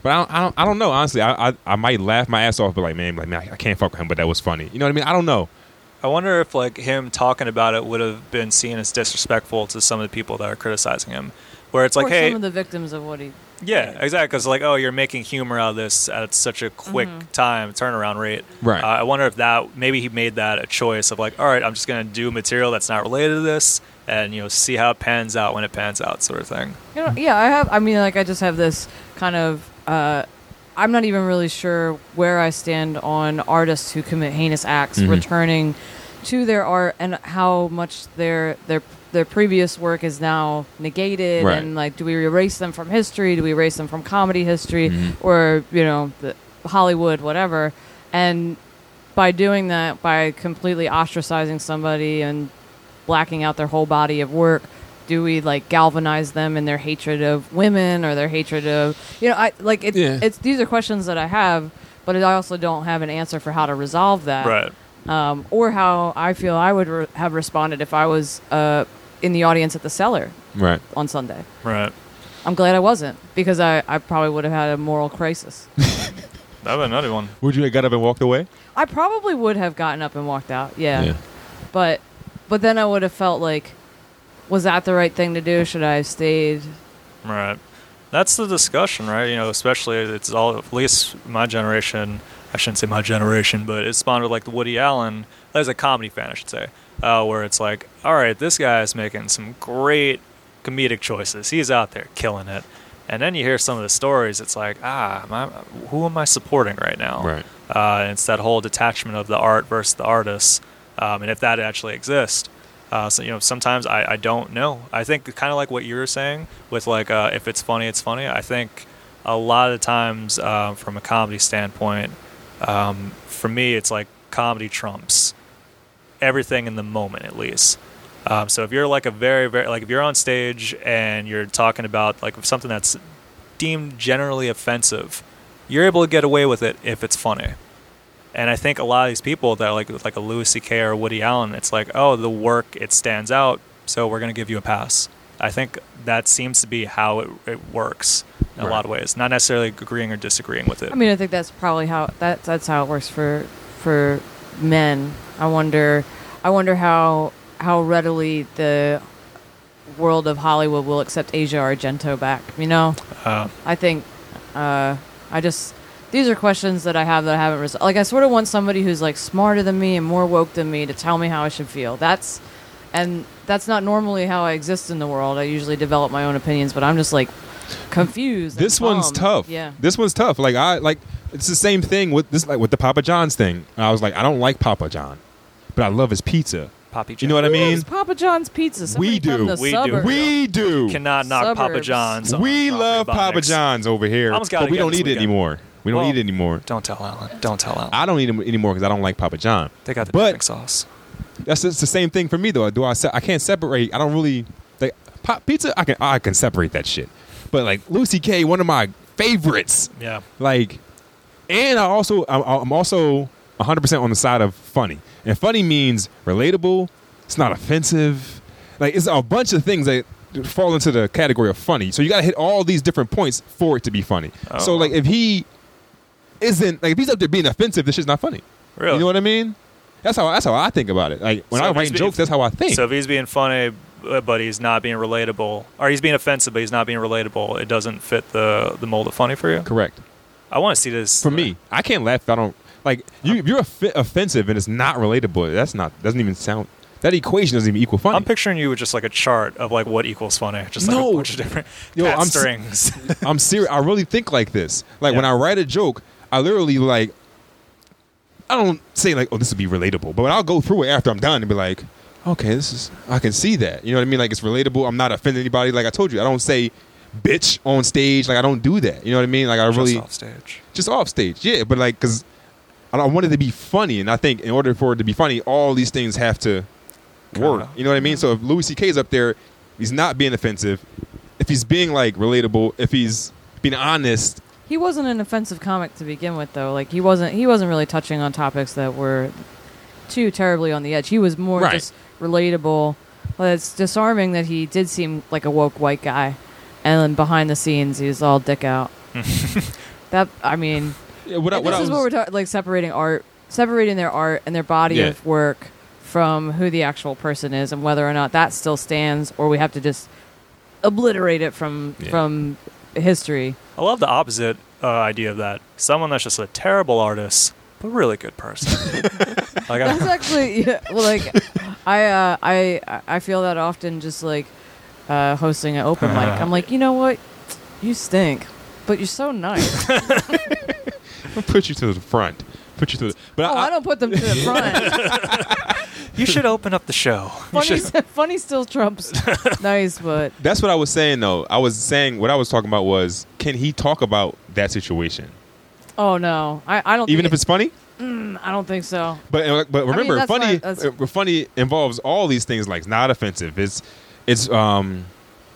S2: But I don't, I don't, I don't know. Honestly, I, I, I might laugh my ass off, but like, man, like, man, I can't fuck with him. But that was funny. You know what I mean? I don't know.
S1: I wonder if like him talking about it would have been seen as disrespectful to some of the people that are criticizing him. Where it's like,
S4: or
S1: hey,
S4: some of the victims of what he.
S1: yeah, exactly. It's like, oh, you're making humor out of this at such a quick time turnaround rate.
S2: Right.
S1: Uh, I wonder if that maybe he made that a choice of like, all right, I'm just gonna do material that's not related to this, and you know, see how it pans out when it pans out, sort of thing.
S4: You know, yeah, I have. I mean, like, I just have this kind of. Uh, I'm not even really sure where I stand on artists who commit heinous acts
S1: Mm-hmm.
S4: returning to their art and how much their their their previous work is now negated
S2: Right.
S4: and like do we erase them from history do we erase them from comedy history
S1: Mm-hmm.
S4: or you know the hollywood whatever and by doing that by completely ostracizing somebody and blacking out their whole body of work do we like galvanize them in their hatred of women or their hatred of you know i like it,
S2: Yeah.
S4: it's these are questions that i have but i also don't have an answer for how to resolve that
S1: Right.
S4: um, or how i feel i would re- have responded if i was uh, in the audience at the cellar
S2: Right.
S4: on sunday
S1: Right.
S4: i'm glad i wasn't because i, I probably would have had a moral crisis
S1: That'd been another one.
S2: Would you have got up and walked away?
S4: i probably would have gotten up and walked out
S2: Yeah.
S4: but but then I would have felt like, was that the right thing to do? Should I have stayed?
S1: Right. That's the discussion, right? You know, especially it's all at least my generation. I shouldn't say my generation, but it spawned with like the Woody Allen as a comedy fan, I should say, uh, where it's like, all right, this guy is making some great comedic choices. He's out there killing it, and then you hear some of the stories. It's like, ah, am I- who am I supporting right now?
S2: Right.
S1: Uh, and it's that whole detachment of the art versus the artist, um, and if that actually exists. Uh, so you know, sometimes I, I don't know. I think kind of like what you were saying with like uh, if it's funny, it's funny. I think a lot of times uh, from a comedy standpoint, um, for me, it's like comedy trumps everything in the moment at least. Um, so if you're like a very very like if you're on stage and you're talking about like something that's deemed generally offensive, you're able to get away with it if it's funny. And I think a lot of these people that are like like a Louis C.K. or Woody Allen, it's like oh the work it stands out, so we're gonna give you a pass. I think that seems to be how it, it works in a
S2: Right.
S1: lot of ways, not necessarily agreeing or disagreeing with it.
S4: I mean, I think that's probably how that that's how it works for for men. I wonder, I wonder how how readily the world of Hollywood will accept Asia Argento back. You know,
S1: Uh,
S4: I think uh, I just these are questions that I have that I haven't resolved. Like I sort of want somebody who's like smarter than me and more woke than me to tell me how I should feel. That's and that's not normally how I exist in the world. I usually develop my own opinions, but I'm just like confused. and
S2: This one's
S4: bummed.
S2: tough.
S4: Yeah.
S2: This one's tough. Like I like it's the same thing with this like with the Papa John's thing. And I was like, I don't like Papa John, but I love his pizza.
S1: Poppy,
S2: You know what I
S4: Who
S2: mean?
S4: loves Papa John's Pizza.
S2: We
S4: Somebody from
S2: do.
S4: the
S1: We do.
S4: suburbs.
S2: We do.
S1: cannot knock Papa
S4: Suburbs.
S1: John's. on
S2: we
S1: property
S2: love Papa
S1: box.
S2: John's over here,
S1: Almost got
S2: but
S1: it
S2: we
S1: again
S2: don't
S1: this
S2: eat it
S1: weekend.
S2: anymore. We don't
S1: Well-
S2: eat it anymore.
S1: Don't tell Alan. Don't tell Alan.
S2: I don't eat it anymore because I don't like Papa John.
S1: they got the
S2: but-
S1: dipping sauce.
S2: That's it's the same thing for me though. Do I? Se- I can't separate. I don't really like pop pizza. I can I can separate that shit. But like Lucy K, one of my favorites.
S1: Yeah.
S2: like and i also i'm, I'm also 100% on the side of funny and funny means relatable it's not offensive like it's a bunch of things that fall into the category of funny so you gotta hit all these different points for it to be funny so
S1: Oh.
S2: like if he isn't like if he's up there being offensive this shit's not funny
S1: Really?
S2: you know what i mean that's how that's how i think about it like when
S1: So
S2: i
S1: if
S2: write
S1: he's being-
S2: jokes that's how i think
S1: So if he's being funny, uh, but he's not being relatable, or he's being offensive, but he's not being relatable, it doesn't fit the the mold of funny for you.
S2: correct
S1: I want to see this
S2: for me i can't laugh if i don't like you if you're offe- offensive and it's not relatable that's not doesn't even sound that equation doesn't even equal funny
S1: I'm picturing you with just like a chart of like what equals funny, just like
S2: No.
S1: a bunch of different
S2: Yo,
S1: cat
S2: I'm s-
S1: strings.
S2: I'm serious. I really think like this. Like when
S1: Yeah.
S2: I write a joke, I literally like. I don't say like, "Oh, this would be relatable," but I'll go through it after I'm done and be like, okay, this is I can see that. You know what I mean? Like it's relatable. I'm not offending anybody. Like I told you, I don't say bitch on stage. Like I don't do that. You know what I mean? Like I
S1: Just
S2: really
S1: off stage.
S2: just off stage. Yeah, but like because I don't- I wanted to be funny, and I think in order for it to be funny, all these things have to work.
S1: Kinda.
S2: You know what I mean? So if Louis C.K. is up there, he's not being offensive. If he's being like relatable, if he's being honest,
S4: He wasn't an offensive comic to begin with, though. Like he wasn't. He wasn't really touching on topics that were too terribly on the edge. He was more
S2: Right.
S4: just relatable. Well, it's disarming that he did seem like a woke white guy, and then behind the scenes, he was all dick out. that I mean,
S2: yeah, what, I,
S4: this
S2: what I
S4: is
S2: was,
S4: what we're talking like separating art, separating their art and their body
S2: Yeah.
S4: of work from who the actual person is, and whether or not that still stands, or we have to just obliterate it from
S2: Yeah.
S4: from history.
S1: I love the opposite uh, idea of that. Someone that's just a terrible artist, but really good person. like
S4: That's
S1: I,
S4: actually yeah, well, like I uh, I I feel that often just like uh, hosting an open mic. I'm like, you know what, you stink, but you're so nice.
S2: put you to the front. Put you to the. But
S4: oh,
S2: I,
S4: I don't put them to the front.
S1: you should open up the show. You
S4: funny,
S1: should-
S4: s- funny still trumps nice, but
S2: That's what I was saying though. I was saying what I was talking about was can he talk about that situation,
S4: oh no, I, I don't
S2: even
S4: think
S2: if it's funny?
S4: it- I don't think so.
S2: But but remember,
S4: that's why-
S2: funny
S4: that's-
S2: uh, funny involves all these things. Like it's not offensive. It's it's um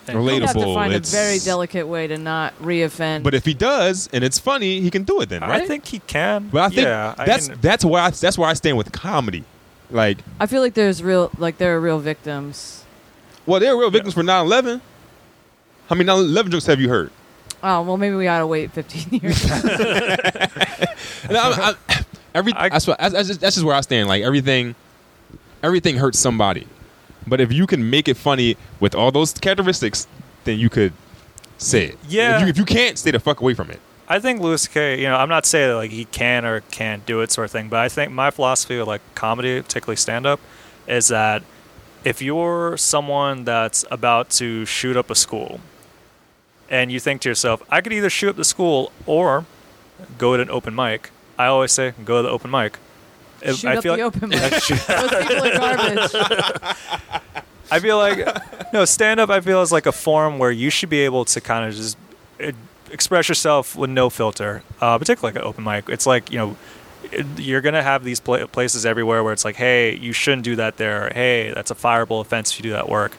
S1: And you
S4: You have to
S2: relatable.
S4: find a
S2: it's,
S4: very delicate way to not reoffend.
S2: But if he does and it's funny, he can do it then, right?
S1: I think he can.
S2: but I think
S1: yeah, I
S2: that's
S1: mean,
S2: that's why I, that's where I stand with comedy. Like,
S4: I feel like there's real like there are real victims.
S2: well, there are real victims for 9/11. How many 9/11 jokes have you heard?
S4: Oh well, maybe we gotta wait 15 years.
S2: No, I, I, every
S1: I-
S2: that's, what, that's, that's just, that's just where I stand. Like everything, everything hurts somebody. But if you can make it funny with all those characteristics, then you could say it.
S1: Yeah.
S2: If you, if you can't, stay the fuck away from it.
S1: I think Louis K. You know, I'm not saying that like he can or can't do it sort of thing, but I think my philosophy of like comedy, particularly stand up, is that if you're someone that's about to shoot up a school, and you think to yourself, I could either shoot up the school or go to an open mic. I always say go to the open mic. If-
S4: Shoot
S1: I
S4: up
S1: feel
S4: the
S1: like-
S4: open mic. Those people are garbage.
S1: I feel like no stand up. I feel is like a form where you should be able to kind of just uh, express yourself with no filter, uh, particularly like an open mic. It's like you know it- you're gonna have these pla- places everywhere where it's like, hey, you shouldn't do that there. Hey, that's a fireable offense if you do that work.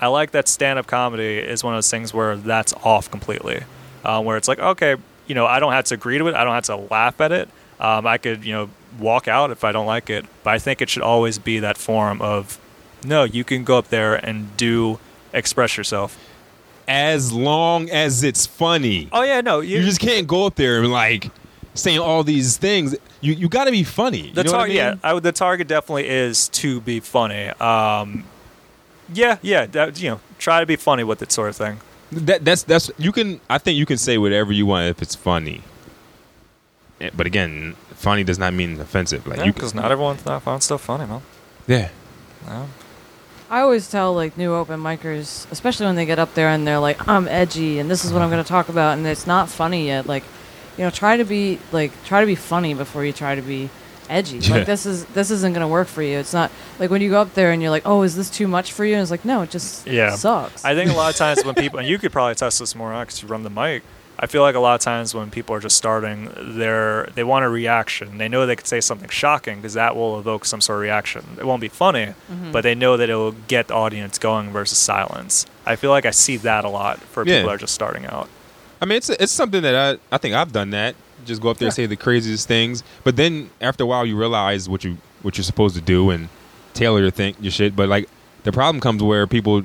S1: I like that stand up comedy is one of those things where that's off completely, uh, where it's like, okay, you know, I don't have to agree to it. I don't have to laugh at it. Um, I could, you know, walk out if I don't like it. But I think it should always be that form of no, you can go up there and do express yourself.
S2: As long as it's funny,
S1: Oh yeah, no, you,
S2: you just can't go up there and like saying all these things. You you got to be funny.
S1: the
S2: you know what I
S1: target.
S2: mean?
S1: Yeah, I would, the target definitely is to be funny. Um, yeah, yeah, that, you know, try to be funny with it, sort of thing.
S2: That that's that's you can. I think you can say whatever you want if it's funny. Eh, But again, funny does not mean offensive. Like you
S1: Because not everyone's not found stuff funny, man.
S2: Yeah.
S1: No.
S4: I always tell like new open micers, especially when they get up there and they're like, "I'm edgy and this is what I'm going to talk about," and it's not funny yet. Like, you know, try to be like try to be funny before you try to be edgy.
S2: Yeah.
S4: Like this is this isn't going to work for you. It's not like when you go up there and you're like, "Oh, is this too much for you?" And it's like, "No, it just
S1: Yeah.
S4: sucks."
S1: I think a lot of times when people, and you could probably test this more because you run the mic. I feel like a lot of times when people are just starting, they're they want a reaction. They know they could say something shocking because that will evoke some sort of reaction. It won't be funny, but they know that it will get the audience going versus silence. I feel like I see that a lot for
S2: Yeah.
S1: people that are just starting out.
S2: I mean, it's it's something that I I think I've done that. Just go up there and say the craziest things, but then after a while you realize what you what you're supposed to do and tailor your thing your shit. But like the problem comes where people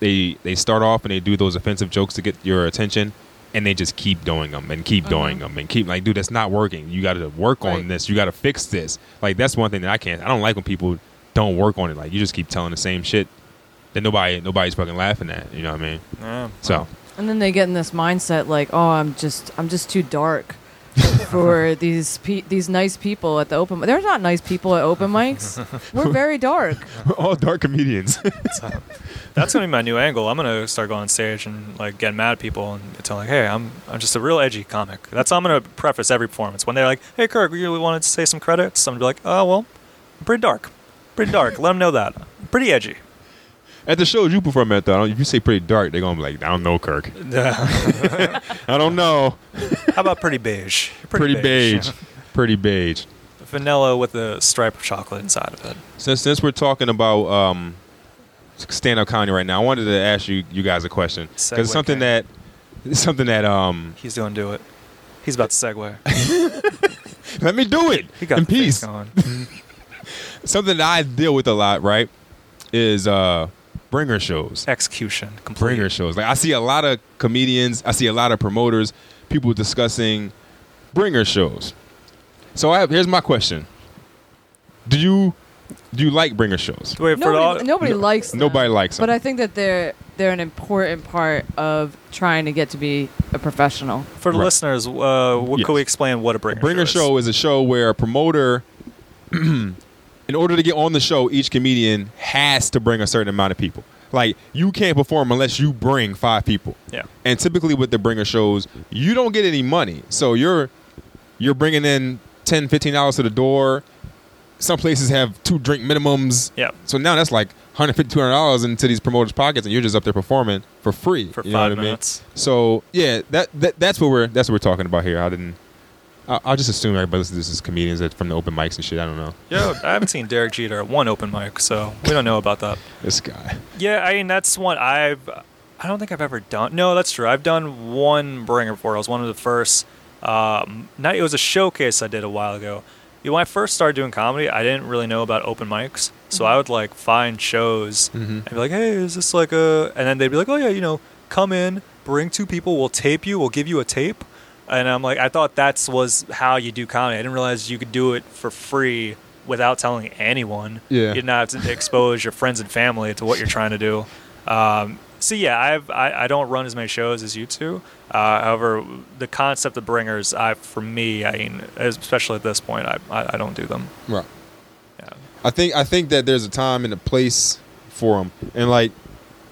S2: they they start off and they do those offensive jokes to get your attention, and they just keep doing them and keep doing them and keep like, dude, that's not working. You got to work on
S4: Right.
S2: this. You got to fix this. Like that's one thing that I can't. I don't like when people don't work on it. Like you just keep telling the same shit that nobody nobody's fucking laughing at. You know what I mean?
S1: Yeah.
S2: So
S4: And then they get in this mindset like, "Oh, I'm just I'm just too dark." for these pe- these nice people at the open, they're not nice people at open mics. We're very dark.
S2: we're all dark comedians.
S1: That's gonna be my new angle. I'm gonna start going on stage and like getting mad at people and tell like, hey, I'm I'm just a real edgy comic. That's how I'm gonna preface every performance. When they're like, hey, Kirk, you really wanted to say some credits, I'm gonna be like, oh well, I'm "Uh, pretty dark. Pretty dark. Let them know that. Pretty edgy.
S2: At the shows you perform at, though, if you say pretty dark, they're gonna be like, I don't know, Kirk.
S1: How
S2: I don't know.
S1: about pretty beige?
S2: Pretty, beige. pretty beige.
S1: Vanilla with a stripe of chocolate inside of it.
S2: Since since we're talking about um, stand up comedy right now, I wanted to ask you you guys a question because
S1: Segway
S2: it's something
S1: came.
S2: that it's something that um
S1: He's going to do it. He's about to segue.
S2: let me do it
S1: He got
S2: in
S1: the things
S2: peace.
S1: going.
S2: Something that I deal with a lot, right, is uh bringer shows.
S1: Execution. Complete.
S2: Bringer shows. Like I see a lot of comedians, I see a lot of promoters, people discussing bringer shows. So I have here's my question: Do you do you like bringer shows?
S1: Wait, for all,
S4: Nobody, nobody likes them.
S2: Nobody likes them.
S4: But I think that they're they're an important part of trying to get to be a professional.
S1: for the
S2: Right.
S1: listeners, uh, what,
S2: Yes.
S1: could we explain what a bringer,
S2: Bringer
S1: show,
S2: show is a show where a promoter, in order to get on the show, each comedian has to bring a certain amount of people. Like you can't perform unless you bring five people.
S1: is? Yeah.
S2: And typically with the bringer shows, you don't get any money. So you're you're bringing in 10 dollars to the door. Some places have two drink minimums.
S1: Yeah.
S2: So now that's like 150 dollars into these promoters' pockets, and you're just up there performing for free
S1: For
S2: You know
S1: five
S2: what I mean?
S1: minutes.
S2: So yeah, that, that that's what we're that's what we're talking about here. I didn't. I, I'll just assume everybody listens to this is comedians that from the open mics and shit. I don't know
S1: Yo, I haven't seen Derek Jeter at one open mic, so we don't know about that.
S2: this guy.
S1: Yeah, I mean that's one I've. I don't think I've ever done. No, that's true. I've done one bringer before. I was one of the first. Um, night it was a showcase I did a while ago. You know, When I first started doing comedy, I didn't really know about open mics, so I would like find shows and be like, "Hey, is this like a?" And then they'd be like, "Oh yeah, you know, come in, bring two people, we'll tape you, we'll give you a tape." And I'm like, I thought that's was how you do comedy. I didn't realize you could do it for free without telling anyone.
S2: Yeah.
S1: You not to expose your friends and family to what you're trying to do. Um, so yeah, I've, I I don't run as many shows as you two. Uh, however, the concept of bringers, I for me, I mean, especially at this point, I I, I don't do them.
S2: Right.
S1: Yeah.
S2: I think I think that there's a time and a place for them, and like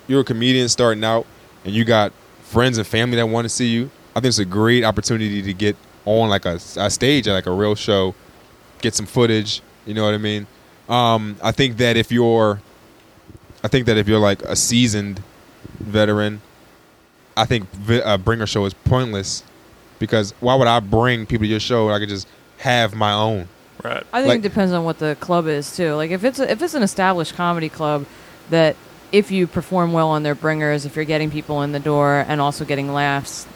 S2: you're a comedian starting out, and you got friends and family that want to see you. I think it's a great opportunity to get on like a, a stage at like a real show, get some footage. You know what I mean? Um, I think that if you're, I think that if you're like a seasoned veteran, I think vi- a bringer show is pointless because why would I bring people to your show? when I could just have my own.
S1: Right.
S4: I think
S2: Like-
S4: it depends on what the club is too. Like if it's a, if it's an established comedy club that if you perform well on their bringers, if you're getting people in the door and also getting laughs,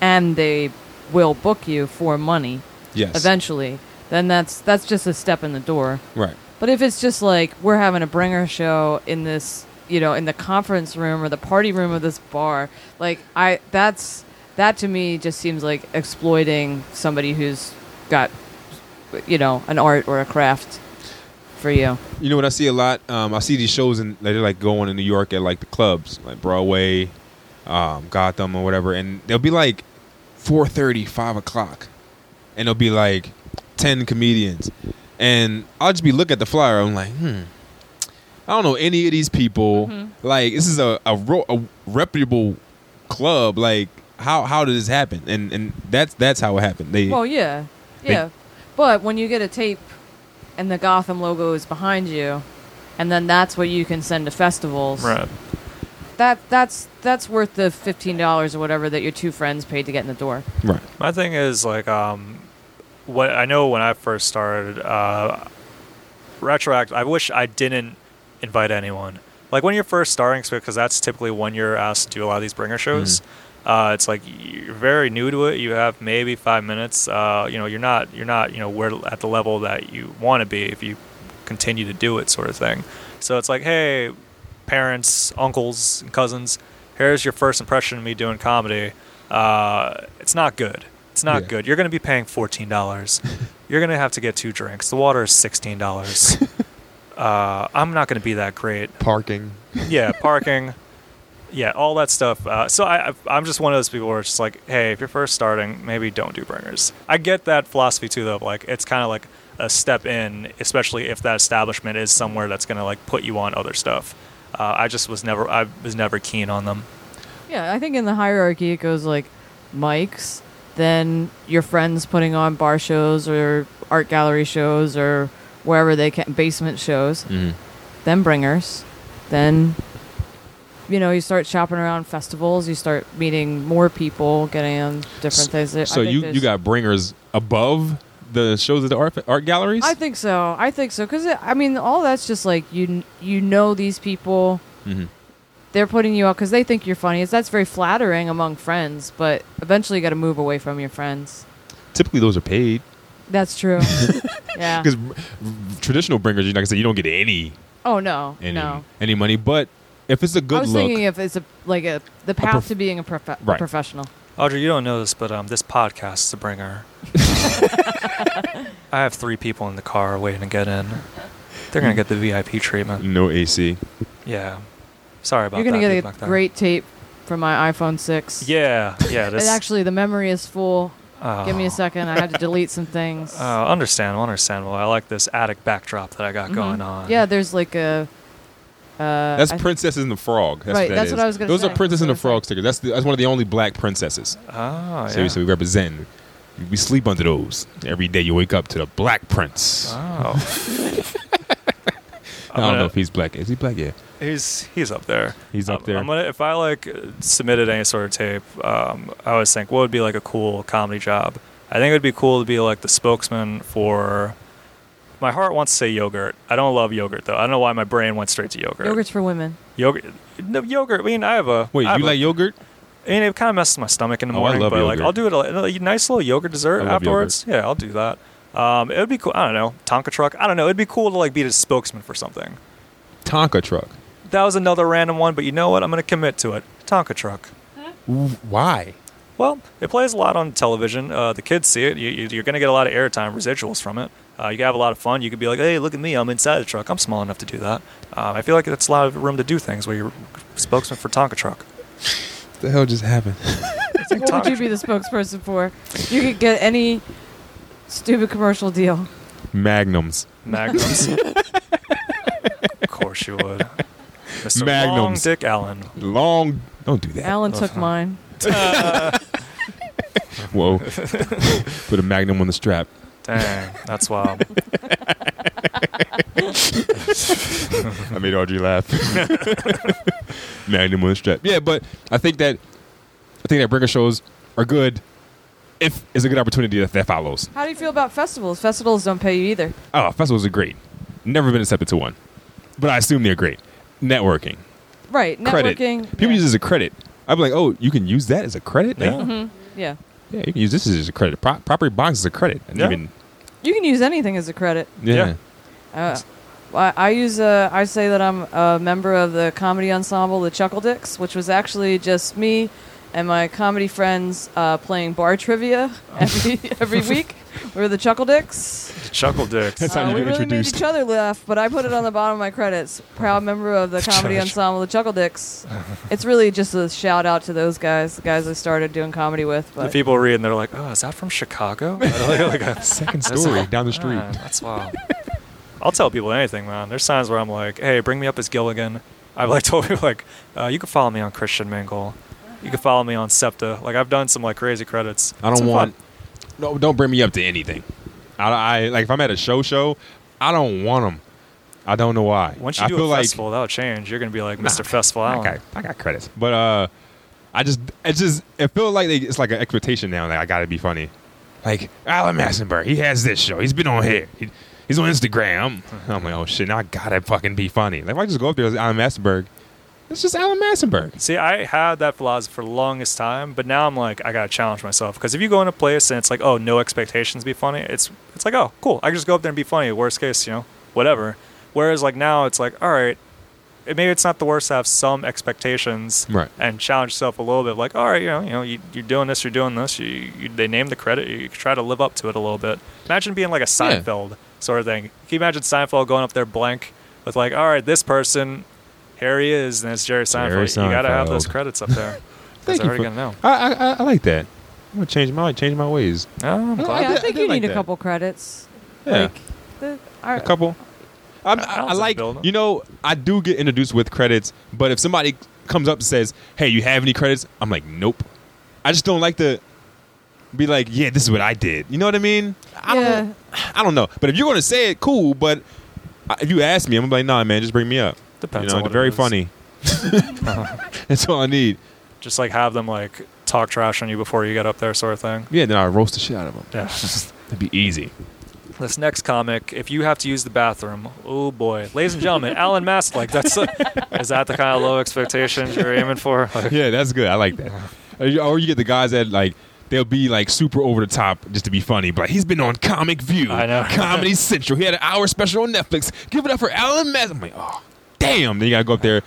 S4: and they will book you for money
S2: Yes.
S4: eventually, then that's that's just a step in the door.
S2: Right.
S4: But if it's just like we're having a bringer show in this, you know, in the conference room or the party room of this bar, like I that's that to me just seems like exploiting somebody who's got you know, an art or a craft for you.
S2: You know what I see a lot? Um, I see these shows and they're like going in New York at like the clubs, like Broadway, um, Gotham, or whatever, and they'll be like 4:30, 5 o'clock, and they'll be like ten comedians, and I'll just be looking at the flyer. I'm like, hmm, I don't know any of these people. Like this is a a, ro- a reputable club. Like how how did this happen? And and that's that's how it happened. They
S4: Well, yeah. Yeah. But when you get a tape and the Gotham logo is behind you, and then that's what you can send to festivals.
S1: Right.
S4: That that's that's worth the fifteen dollars or whatever that your two friends paid to get in the door.
S2: right.
S1: My thing is like um, what I know when I first started uh, retroact. I wish I didn't invite anyone. Like when you're first starting, because that's typically when you're asked to do a lot of these bringer shows. Uh, it's like you're very new to it. You have maybe five minutes. Uh, you know, you're not you're not you know where at the level that you want to be if you continue to do it, sort of thing. So it's like, hey, parents, uncles, and cousins, here's your first impression of me doing comedy. Uh, it's not good. It's not
S2: Yeah.
S1: good. You're going to be paying fourteen dollars. you're going to have to get two drinks. The water is sixteen dollars. uh, I'm not going to be that great
S2: Parking.
S1: yeah, parking, yeah, all that stuff. Uh, so I, I- I'm just one of those people where it's just like, hey, if you're first starting, maybe don't do bringers. I get that philosophy too, though. Like it's kind of like a step in, especially if that establishment is somewhere that's gonna like put you on other stuff. Uh, I just was never, I was never keen on them.
S4: Yeah, I think in the hierarchy it goes like mics, then your friends putting on bar shows or art gallery shows or wherever they can, basement shows,
S2: hmm
S4: then bringers, then you know you start shopping around festivals, you start meeting more people, getting on different things. I
S2: So
S4: think
S2: you,
S4: there's-
S2: you got bringers above the shows at the art, art galleries?
S4: I think so. I think so because I mean, all that's just like you. kn- You know these people.
S1: Mm-hmm.
S2: Mhm.
S4: They're putting you out because they think you're funny. It's- That's very flattering among friends, but eventually you got to move away from your friends.
S2: Typically, those are paid.
S4: That's true. yeah.
S2: Because traditional bringers, you're not going to say you don't get any
S4: Oh no,
S2: any,
S4: no.
S2: any money. But if it's a
S4: I
S2: good
S4: was
S2: look,
S4: thinking if it's a like a the path
S2: prof-
S4: to being a, profe-
S2: Right.
S4: professional.
S1: Audrey, you don't know this, but um, this podcast is a bringer. I have three people in the car waiting to get in. They're gonna get the VIP treatment.
S2: no AC.
S1: Yeah. Sorry about
S4: You're gonna
S1: that.
S4: get
S1: people
S4: a
S1: back there.
S4: great tape from my iPhone six.
S1: Yeah. Yeah.
S4: It
S1: This,
S4: actually, the memory is full.
S1: oh.
S4: Give me a second. I had to delete some things.
S1: Oh, understandable, understandable. I like this attic backdrop that I got
S4: Mhm.
S1: going on.
S4: Yeah, there's like a. Uh,
S2: That's
S4: I-
S2: Princess and the Frog. That's
S4: Right,
S2: what that
S4: that's
S2: is.
S4: what I was gonna
S2: Those
S4: say.
S2: are Princess and the
S4: That's what I was
S2: Frog stickers. That's, the, that's one of the only black princesses.
S1: Oh, yeah.
S2: Seriously, we represent. We sleep under those. Every day you wake up to the black prince.
S1: Oh.
S2: I don't know if he's black. Is he black? Yeah.
S1: he's he's up there.
S2: He's up
S1: Um,
S2: there.
S1: I'm gonna, if I like submitted any sort of tape, um, I always think what would be like a cool comedy job. I think it would be cool to be like the spokesman for. My heart wants to say yogurt. I don't love yogurt though. I don't know why my brain went straight to yogurt.
S4: Yogurt's for women.
S1: Yogurt. No yogurt. I mean, I have a.
S2: Wait,
S1: I have
S2: you
S1: a-
S2: like yogurt?
S1: I mean, it kind of messes my stomach in the
S2: Oh, I
S1: morning,
S2: love
S1: but like
S2: yogurt.
S1: I'll do it a, a nice little yogurt dessert
S2: I love
S1: afterwards. Yeah, I'll do that. Um, it would be cool. I don't know, Tonka truck. I don't know. It'd be cool to like be the spokesman for something.
S2: Tonka truck.
S1: That was another random one, but you know what? I'm gonna commit to it. Tonka truck.
S2: Why?
S1: Well, it plays a lot on television. Uh, the kids see it. You, you, you're gonna get a lot of airtime residuals from it. Uh, you can have a lot of fun. You could be like, hey, look at me. I'm inside the truck. I'm small enough to do that. Um, I feel like that's a lot of room to do things where you're spokesman for Tonka truck.
S2: What the hell just happened?
S4: What would you be the spokesperson for? You could get any stupid commercial deal.
S2: Magnums.
S1: Magnums. of course you would. Mr. Long
S2: Magnums.
S1: Dick Allen.
S2: Long. Don't do that.
S4: Alan took
S1: Uh-huh.
S4: mine.
S2: Whoa. Put a magnum on the strap.
S1: Dang, that's wild.
S2: I made Audrey laugh. magnum on the strap. Yeah, but I think that I think that bringer shows are good if it's a good opportunity that, that follows.
S4: How do you feel about festivals? Festivals don't pay you either.
S2: Oh, festivals are great. Never been accepted to one. But I assume they're great. Networking.
S4: Right.
S2: Credit.
S4: Networking.
S2: People
S4: yeah.
S2: use it as a credit. I'd be like, oh, you can use that as a credit?
S1: Yeah.
S2: Like,
S4: yeah.
S2: yeah, you can use this as a credit. Pro- property bonds as a credit. I didn't
S1: Yeah.
S2: even-
S4: You can use anything as a credit.
S1: Yeah.
S4: Uh, I, I use uh, I say that I'm a member of the comedy ensemble, the Chuckle Dicks, which was actually just me and my comedy friends uh, playing bar trivia every, every week. We were the Chuckle Dicks.
S1: Chuckle dicks.
S2: That's how
S4: Uh,
S2: you
S4: we
S2: get
S4: really
S2: introduced.
S4: made each other laugh, but I put it on the bottom of my credits. Proud member of the comedy
S1: Trash.
S4: ensemble, the Chuckle Dicks. It's really just a shout out to those guys, the guys I started doing comedy with.
S1: The
S4: But
S1: people read and they're like, oh, is that from Chicago? like, like,
S2: Second
S1: That's Ah.
S2: story
S1: all-
S2: down the street.
S1: Man, that's wild. I'll tell people anything, man. There's times where I'm like, hey, bring me up as Gilligan. I've like told people like, uh, you can follow me on Christian Mingle. You can follow me on Septa. Like I've done some like crazy credits.
S2: I
S1: It's
S2: don't
S1: been
S2: want.
S1: fun.
S2: No, don't bring me up to anything. I, I like if I'm at a show show, I don't want them. I don't know why.
S1: Once you
S2: I
S1: do a
S2: feel like
S1: festival, that'll change. You're gonna be like
S2: Nah,
S1: Mr. Festival
S2: I
S1: Island.
S2: got, I got credits, but uh, I just it's just it feels like they, it's like an expectation now that I got to be funny. Like Alan Massenberg, he has this show. He's been on here. He, he's on Instagram. I'm like, oh shit, now I gotta fucking be funny. Like if I just go up there as Alan Massenberg, it's just Alan Massenberg.
S1: See, I had that philosophy for the longest time, but now I'm like, I gotta challenge myself because if you go in a place and it's like, oh, no expectations, be funny. It's it's like, oh, cool. I can just go up there and be funny. Worst case, you know, whatever. Whereas like now, it's like, all right, it, maybe it's not the worst to have some expectations
S2: Right.
S1: and challenge yourself a little bit. Like, all right, you know, you know, you, you're doing this, you're doing this. You, you they name the credit. You try to live up to it a little bit. Imagine being like a
S2: Yeah.
S1: Seinfeld sort of thing. Can you imagine Seinfeld going up there blank with like, all right, this person. Here he is, and it's Jerry Seinfeld.
S2: Jerry
S1: You gotta have those
S2: Seinfeld.
S1: credits up there. Because
S2: Thank
S1: they're already
S2: you for-
S1: gonna know.
S2: I, I I- I like that. I'm gonna change my change my ways.
S1: Oh, I'm
S2: No,
S1: glad.
S4: Mm, yeah, I,
S2: did- I
S4: think
S2: did
S4: you
S2: like
S4: need
S2: that.
S4: a couple credits.
S2: Yeah.
S4: Like, the, our,
S2: a couple. I'm, I,
S1: That sounds
S2: I
S1: like
S2: like,
S1: build-up.
S2: you know, I do get introduced with credits, but if somebody comes up and says, "Hey, you have any credits?" I'm like, "Nope." I just don't like the be like, yeah, this is what I did. You know what I mean? I don't. I don't know. But if you're gonna say it, cool. But I- if you ask me, I'm gonna be like, nah, man, just bring me up.
S1: Depends
S2: You know,
S1: on what it
S2: very
S1: is.
S2: funny. That's all I need.
S1: Just like have them like talk trash on you before you get up there, sort of thing.
S2: Yeah, then I roast the shit out of them.
S1: Yeah.
S2: That'd be easy.
S1: this next comic, if you have to use the bathroom, oh boy, ladies and gentlemen, Alan Mastlik. That's is that the kind of low expectations you're aiming for? Like,
S2: Yeah, that's good. I like that. Or you- Or you get the guys that like they'll be like super over the top just to be funny. But he's been on Comic View,
S1: I know.
S2: Comedy Central. He had an hour special on Netflix. Give it up for Alan Mass. I'm like, oh, damn. Then you gotta go up there.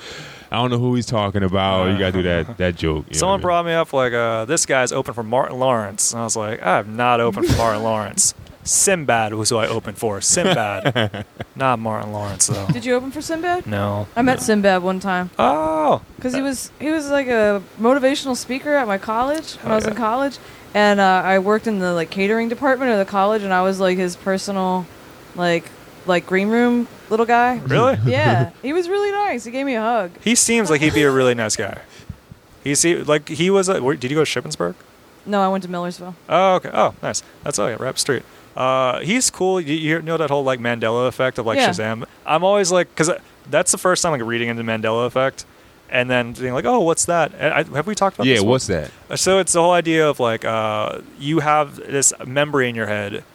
S2: I don't know who he's talking about. You gotta do that that joke. you know
S1: Someone
S2: what I mean?
S1: brought me up like, uh, this guy's open for Martin Lawrence, and I was like, I'm not open for Martin Lawrence. Sinbad was who I opened for. Sinbad, not Martin Lawrence though.
S4: Did you open for Sinbad?
S1: No.
S4: I met Sinbad one time
S1: Oh,
S4: because he was he was like a motivational speaker at my college when
S1: Oh,
S4: I was in
S1: yeah.
S4: college, and uh, I worked in the like catering department of the college, and I was like his personal, like like green room little guy.
S1: really?
S4: Yeah, he was really nice. He gave me a hug.
S1: He seems like he'd be a really nice guy. He see like he was. A, where, did you go to Shippensburg?
S4: No, I went to Millersville.
S1: Oh, okay. Oh, nice. That's all right. Rap Street. Uh, he's cool. You, you know that whole like Mandela effect of like
S4: Yeah.
S1: Shazam. I'm always like, because that's the first time like reading into Mandela effect, and then being like, oh, what's that? And I, have we talked about?
S2: Yeah,
S1: this one?
S2: what's that?
S1: So it's the whole idea of like uh, you have this memory in your head,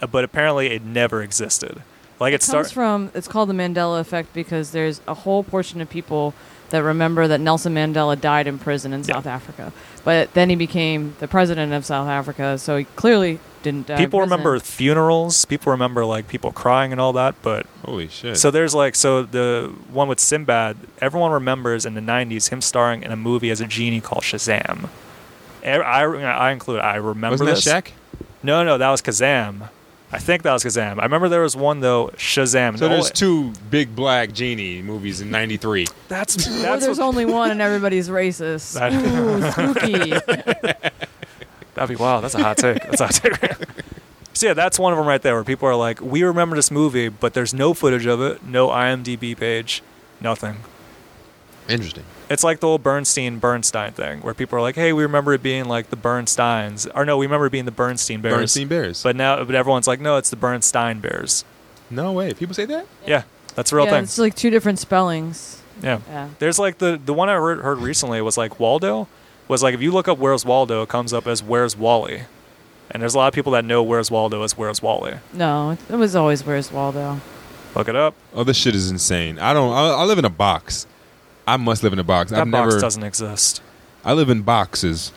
S1: uh, but apparently it never existed. Like it,
S4: It comes
S1: starts.
S4: from it's called the Mandela effect because there's a whole portion of people that remember that Nelson Mandela died in prison in
S1: Yeah.
S4: South Africa, but then he became the president of South Africa, so he clearly didn't die. in
S1: people
S4: prison.
S1: remember funerals. People remember like people crying and all that, but
S2: Holy shit.
S1: So there's like so the one with Sinbad, everyone remembers in the '90s him starring in a movie as a genie called Shazam. E- I I include I remember
S2: wasn't that
S1: this.
S2: Shaq?
S1: No, no, that was Kazam. I think that was Kazam. I remember there was one though Shazam.
S2: So
S1: No,
S2: there's two big black genie movies in '93.
S1: That's
S4: Or
S1: that's
S4: there's
S1: what,
S4: only one and everybody's racist.
S1: That-
S4: Ooh, spooky.
S1: that'd be wow. That's a hot take. That's a hot take. So yeah, that's one of them right there where people are like, we remember this movie, but there's no footage of it, no IMDb page, nothing.
S2: Interesting.
S1: It's like the whole Bernstein Bernstein thing, where people are like, "Hey, we remember it being like the Bernsteins," or no, we remember it being the Bernstein Bears.
S2: Bernstein Bears.
S1: But now, but everyone's like, "No, it's the Bernstein Bears."
S2: no way. People say that.
S1: Yeah, that's a real
S4: yeah,
S1: thing.
S4: It's like two different spellings.
S1: yeah.
S4: Yeah.
S1: there's like the the one I heard, heard recently was like Waldo was like if you look up "Where's Waldo," it comes up as "Where's Wally," and there's a lot of people that know "Where's Waldo" as "Where's Wally."
S4: No, it, it was always where's Waldo.
S1: Look it up.
S2: Oh, this shit is insane. I don't. I, I live in a box. I must live in a box.
S1: That
S2: I've
S1: box
S2: never.
S1: doesn't exist.
S2: I live in boxes.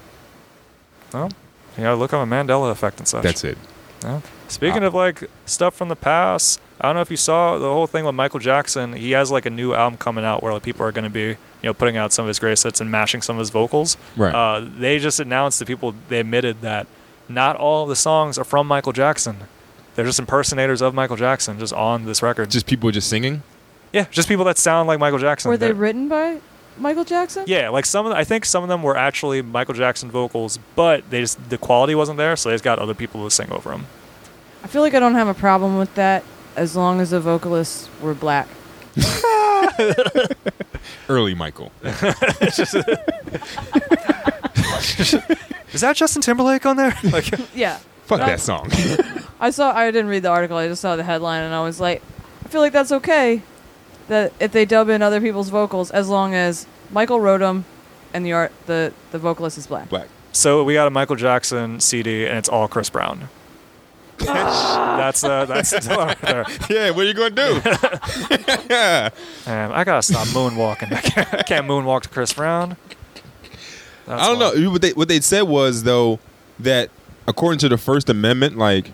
S1: Well, you gotta look up a Mandela effect and such.
S2: That's it.
S1: Yeah. Speaking of like stuff from the past, I don't know if you saw the whole thing with Michael Jackson. He has like a new album coming out where like people are going to be, you know, putting out some of his greatest hits and mashing some of his vocals.
S2: Right.
S1: Uh, they just announced that people they admitted that not all of the songs are from Michael Jackson. They're just impersonators of Michael Jackson, just on this record.
S2: Just people just singing.
S1: yeah, just people that sound like Michael Jackson.
S4: Were they
S1: They're-
S4: written by Michael Jackson?
S1: yeah, like some of the, I think some of them were actually Michael Jackson vocals, but they just the quality wasn't there, so they just got other people to sing over them.
S4: I feel like I don't have a problem with that as long as the vocalists were black.
S2: Early Michael.
S1: Is that Justin Timberlake on there? Like
S4: Yeah.
S2: Fuck
S4: Uh,
S2: that song.
S4: I saw. I didn't read the article. I just saw the headline, and I was like, I feel like that's okay. That if they dub in other people's vocals, as long as Michael wrote 'em and the art, the the vocalist is black.
S2: Black.
S1: So we got a Michael Jackson CD, and it's all Chris Brown. that's uh, that's right there.
S2: Yeah. What are you gonna do?
S1: Man, I gotta stop moonwalking. I can't, I can't moonwalk to Chris Brown. That's
S2: I don't
S1: why.
S2: know. What they what they said was though that according to the First Amendment, like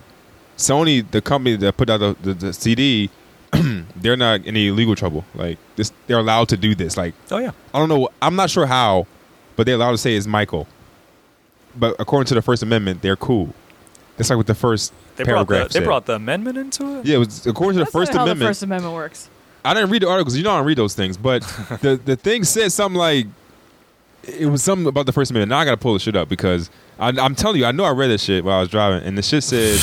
S2: Sony, the company that put out the, the, the CD, they're not in any legal trouble. Like this, they're allowed to do this. Like
S1: Oh yeah,
S2: I don't know. I'm not sure how, but they're allowed to say it's Michael. But according to the First Amendment, they're cool. That's like what the first
S1: they brought the,
S2: paragraph
S1: they
S2: said.
S1: brought the amendment into it.
S2: yeah, it was according to the
S4: That's
S2: First
S4: not how the
S2: Amendment.
S4: First Amendment works.
S2: I didn't read the articles. You know I don't read those things, but the the thing said something like it was something about the first minute. Now I gotta pull the shit up because I, I'm telling you, I know I read this shit while I was driving, and the shit said,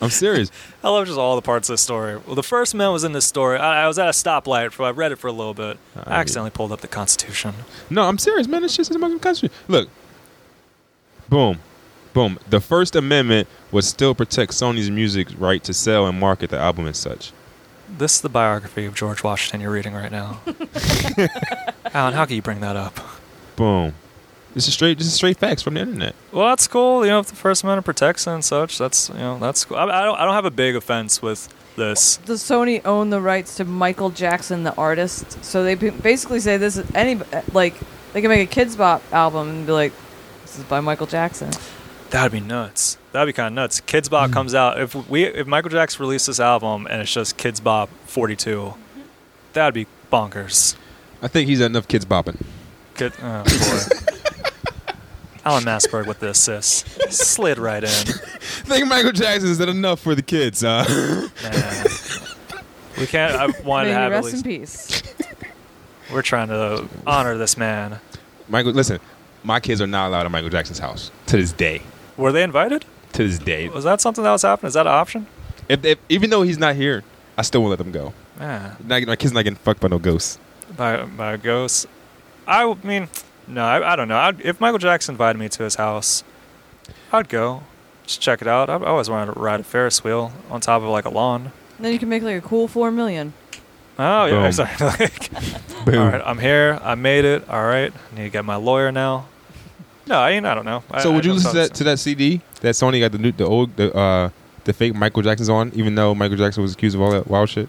S2: "I'm serious."
S1: I love just all the parts of this story. Well, the first man was in this story. I, I was at a stoplight. For I read it for a little bit.
S2: Oh,
S1: I accidentally pulled up the Constitution.
S2: No, I'm serious, man. This shit says about the country. Look, boom, Boom. The First Amendment would still protect Sony's music right to sell and market the album and such.
S1: This is the biography of George Washington you're reading right now. Alan, how can you bring that up?
S2: Boom. This is straight. This is straight facts from the internet.
S1: Well, that's cool. You know, if the First Amendment protects and such, that's you know, that's cool. I, I don't, I don't have a big offense with this.
S4: Does Sony own the rights to Michael Jackson, the artist? So they ba- basically say this is any eh, like they can make a kids bop album and be like, this is by Michael Jackson.
S1: That'd be nuts. That'd be kind of nuts. Kids Bop comes out. If we, if Michael Jackson released this album and it's just Kids Bop 42, that'd be bonkers.
S2: I think he's had enough kids bopping.
S1: Kid, oh boy. Alan Masberg with this, sis. Slid right in.
S2: I think Michael Jackson's done enough for the kids. Uh.
S1: Man. We can't. I wanted to
S4: May he
S1: have at
S4: rest in
S1: least.
S4: peace.
S1: We're trying to honor this man.
S2: Michael, listen, my kids are not allowed at Michael Jackson's house to this day.
S1: Were they invited?
S2: To this day,
S1: Was that something that was happening? Is that an option?
S2: if, if, even though he's not here, I still won't let them go.
S1: Yeah.
S2: Not, my kids not getting fucked by no ghosts.
S1: by by a ghost. I w- mean, no, I, I don't know. I'd, if Michael Jackson invited me to his house, I'd go just check it out. I, I always wanted to ride a Ferris wheel on top of like a lawn.
S4: then you can make like a cool four million.
S1: Oh yeah,
S2: Boom.
S1: exactly. Like,
S2: Boom.
S1: all right, I'm here. I made it. All right, I need to get my lawyer now. No, I mean, I don't know. I-
S2: So
S1: I
S2: would you
S1: don't
S2: listen to
S1: talk
S2: that, to that CD that Sony got the new, the old, the, uh, the fake Michael Jackson's on? Even though Michael Jackson was accused of all that wild shit.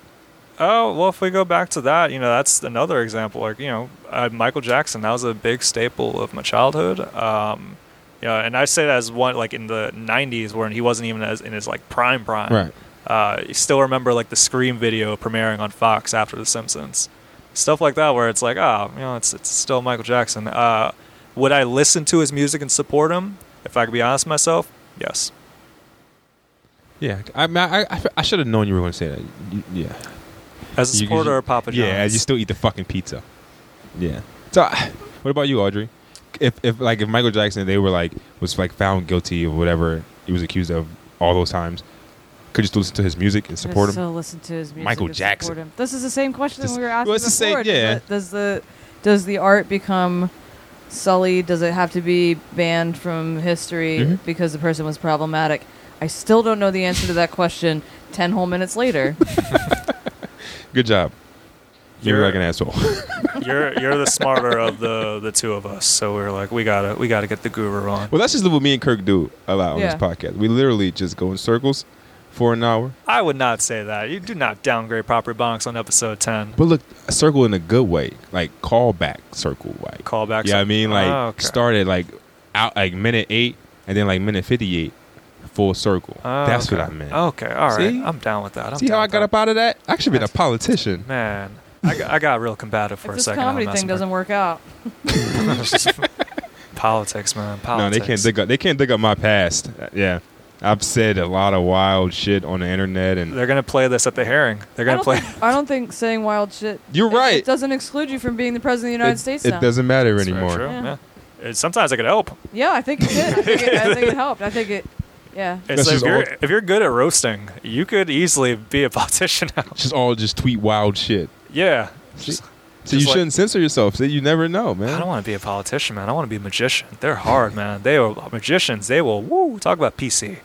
S1: Oh well, if we go back to that, you know, that's another example. Like you know, uh, Michael Jackson, that was a big staple of my childhood. Um, yeah, and I say that as one like in the '90s when he wasn't even as in his like prime prime.
S2: Right.
S1: Uh, you still remember like the Scream video premiering on Fox after The Simpsons, stuff like that, where it's like, ah, you know, it's it's still Michael Jackson. Uh, would I listen to his music and support him if I could be honest with myself? Yes.
S2: Yeah, I I, I, I should have known you were going to say that. You- yeah.
S1: As a
S2: You- you
S1: supporter
S2: should-
S1: of Papa John's.
S2: Yeah, you still eat the fucking pizza. Yeah. So, what about you, Audrey? If if like if Michael Jackson, they were like was like found guilty of whatever he was accused of all those times, could you still listen to his music and support
S4: I
S2: him?
S4: still listen to his music.
S2: Michael
S4: and support
S2: Jackson.
S4: him. This is the same question
S2: This-
S4: we were asking
S2: well, it's the same-
S4: before. Does
S2: yeah.
S4: the- Does the does the art become sullied? Does it have to be banned from history
S2: Mhm.
S4: because the person was problematic? I still don't know the answer to that question. Ten whole minutes later,
S2: Good job. You're
S1: You're-
S2: like an asshole.
S1: you're you're the smarter of the the two of us so we are like we gotta we gotta get the guru on
S2: well, that's just what me and Kirk do a lot on
S4: Yeah.
S2: this podcast. We literally just go in circles for an hour.
S1: i would not say that you do not downgrade property bonks on episode 10
S2: But look, a circle in a good way, like callback circle, like
S1: callback
S2: Yeah, I mean, like
S1: Oh, okay.
S2: started like out like minute eight, and then like minute fifty-eight, full circle.
S1: Oh,
S2: That's
S1: okay.
S2: what I meant.
S1: okay all right
S2: See?
S1: i'm down with that I'm
S2: See how
S1: down
S2: I
S1: with
S2: got
S1: that.
S2: up out of that? I should have been a politician.
S1: man I got, I got real combative for
S4: if
S1: a
S4: this
S1: second
S4: comedy thing doesn't work out,
S1: work politics man
S2: No,
S1: politics
S2: they can't dig up. They can't dig up my past. Uh, Yeah, I've said a lot of wild shit on the internet, and
S1: they're gonna play this at the hearing they're
S4: I
S1: gonna
S4: don't,
S1: play
S4: think, I don't think saying wild shit.
S2: You're
S4: it-
S2: right.
S4: It doesn't exclude you from being the president of the United
S2: it,
S4: States.
S2: it
S4: now.
S2: doesn't matter
S1: That's very
S2: anymore.
S1: true,
S4: Yeah.
S1: yeah. It- sometimes i could help
S4: Yeah, I think it did. I think it, I think it helped. I think it. Yeah.
S1: it's
S2: This
S1: like
S2: is
S1: if, you're,
S2: all-
S1: if you're good at roasting you could easily be a politician now
S2: Just all just tweet wild shit.
S1: yeah
S2: See?
S1: Just-
S2: So
S1: Just
S2: you
S1: like-
S2: shouldn't censor yourself. So you never know,
S1: I don't
S2: man.
S1: want to be a politician, man. I want to be a magician. They're hard, man. They are uh, magicians. They will woo talk about PC.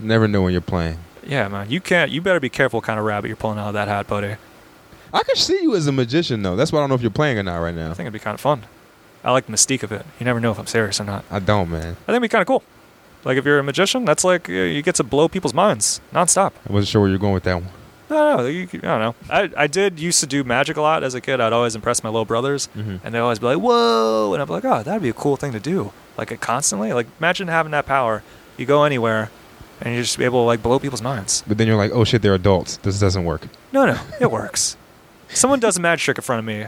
S2: Never know when you're playing.
S1: Yeah, man. You can't. You better be careful, what kind of rabbit you're pulling out of that hat, buddy.
S2: I could see you as a magician though. That's why I don't know if you're playing or not right now.
S1: I think it'd be kind of fun. I like the mystique of it. You never know if I'm serious or not.
S2: I don't, man.
S1: I think it'd be kind of cool. Like if you're a magician, that's like uh, you get to blow people's minds nonstop.
S2: I wasn't sure where you're going with that one.
S1: No, no, you, I don't know. I, I did used to do magic a lot as a kid. I'd always impress my little brothers,
S2: Mhm.
S1: and they'd always be like, "Whoa!" And I'd be like, "Oh, that'd be a cool thing to do." Like it constantly. Like imagine having that power. You go anywhere, and you just be able to like blow people's minds.
S2: But then you're like, oh shit, they're adults. This doesn't work.
S1: No, no, it works. Someone does a magic trick in front of me.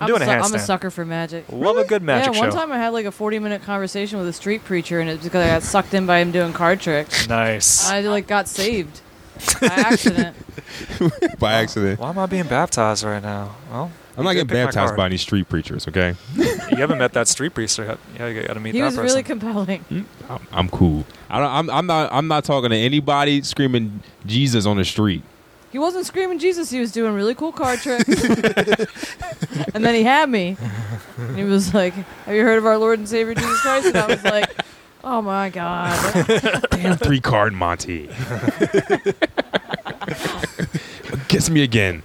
S1: I'm, doing
S4: su-
S1: a handstand.
S4: I'm a sucker for magic.
S1: Love a good magic
S4: yeah, one
S1: show.
S4: time I had like a 40 minute conversation with a street preacher, and it was because I got sucked in by him doing card tricks.
S1: Nice.
S4: I like got saved by accident.
S2: By accident.
S1: Why am I being baptized right now? Well,
S2: I'm not
S1: you did
S2: getting
S1: pick my
S2: baptized
S1: card.
S2: by any street preachers, okay?
S1: you haven't met that street priest yet. Yeah, you gotta meet
S4: he
S1: that
S4: was
S1: person.
S4: really compelling.
S2: I'm, I'm cool. I don't, I'm, I'm not. I'm not talking to anybody screaming Jesus on the street.
S4: He wasn't screaming Jesus. He was doing really cool card tricks. and then he had me. And he was like, "Have you heard of our Lord and Savior Jesus Christ?" And I was like, Oh my god.
S2: Damn three card Monty. Gets me again.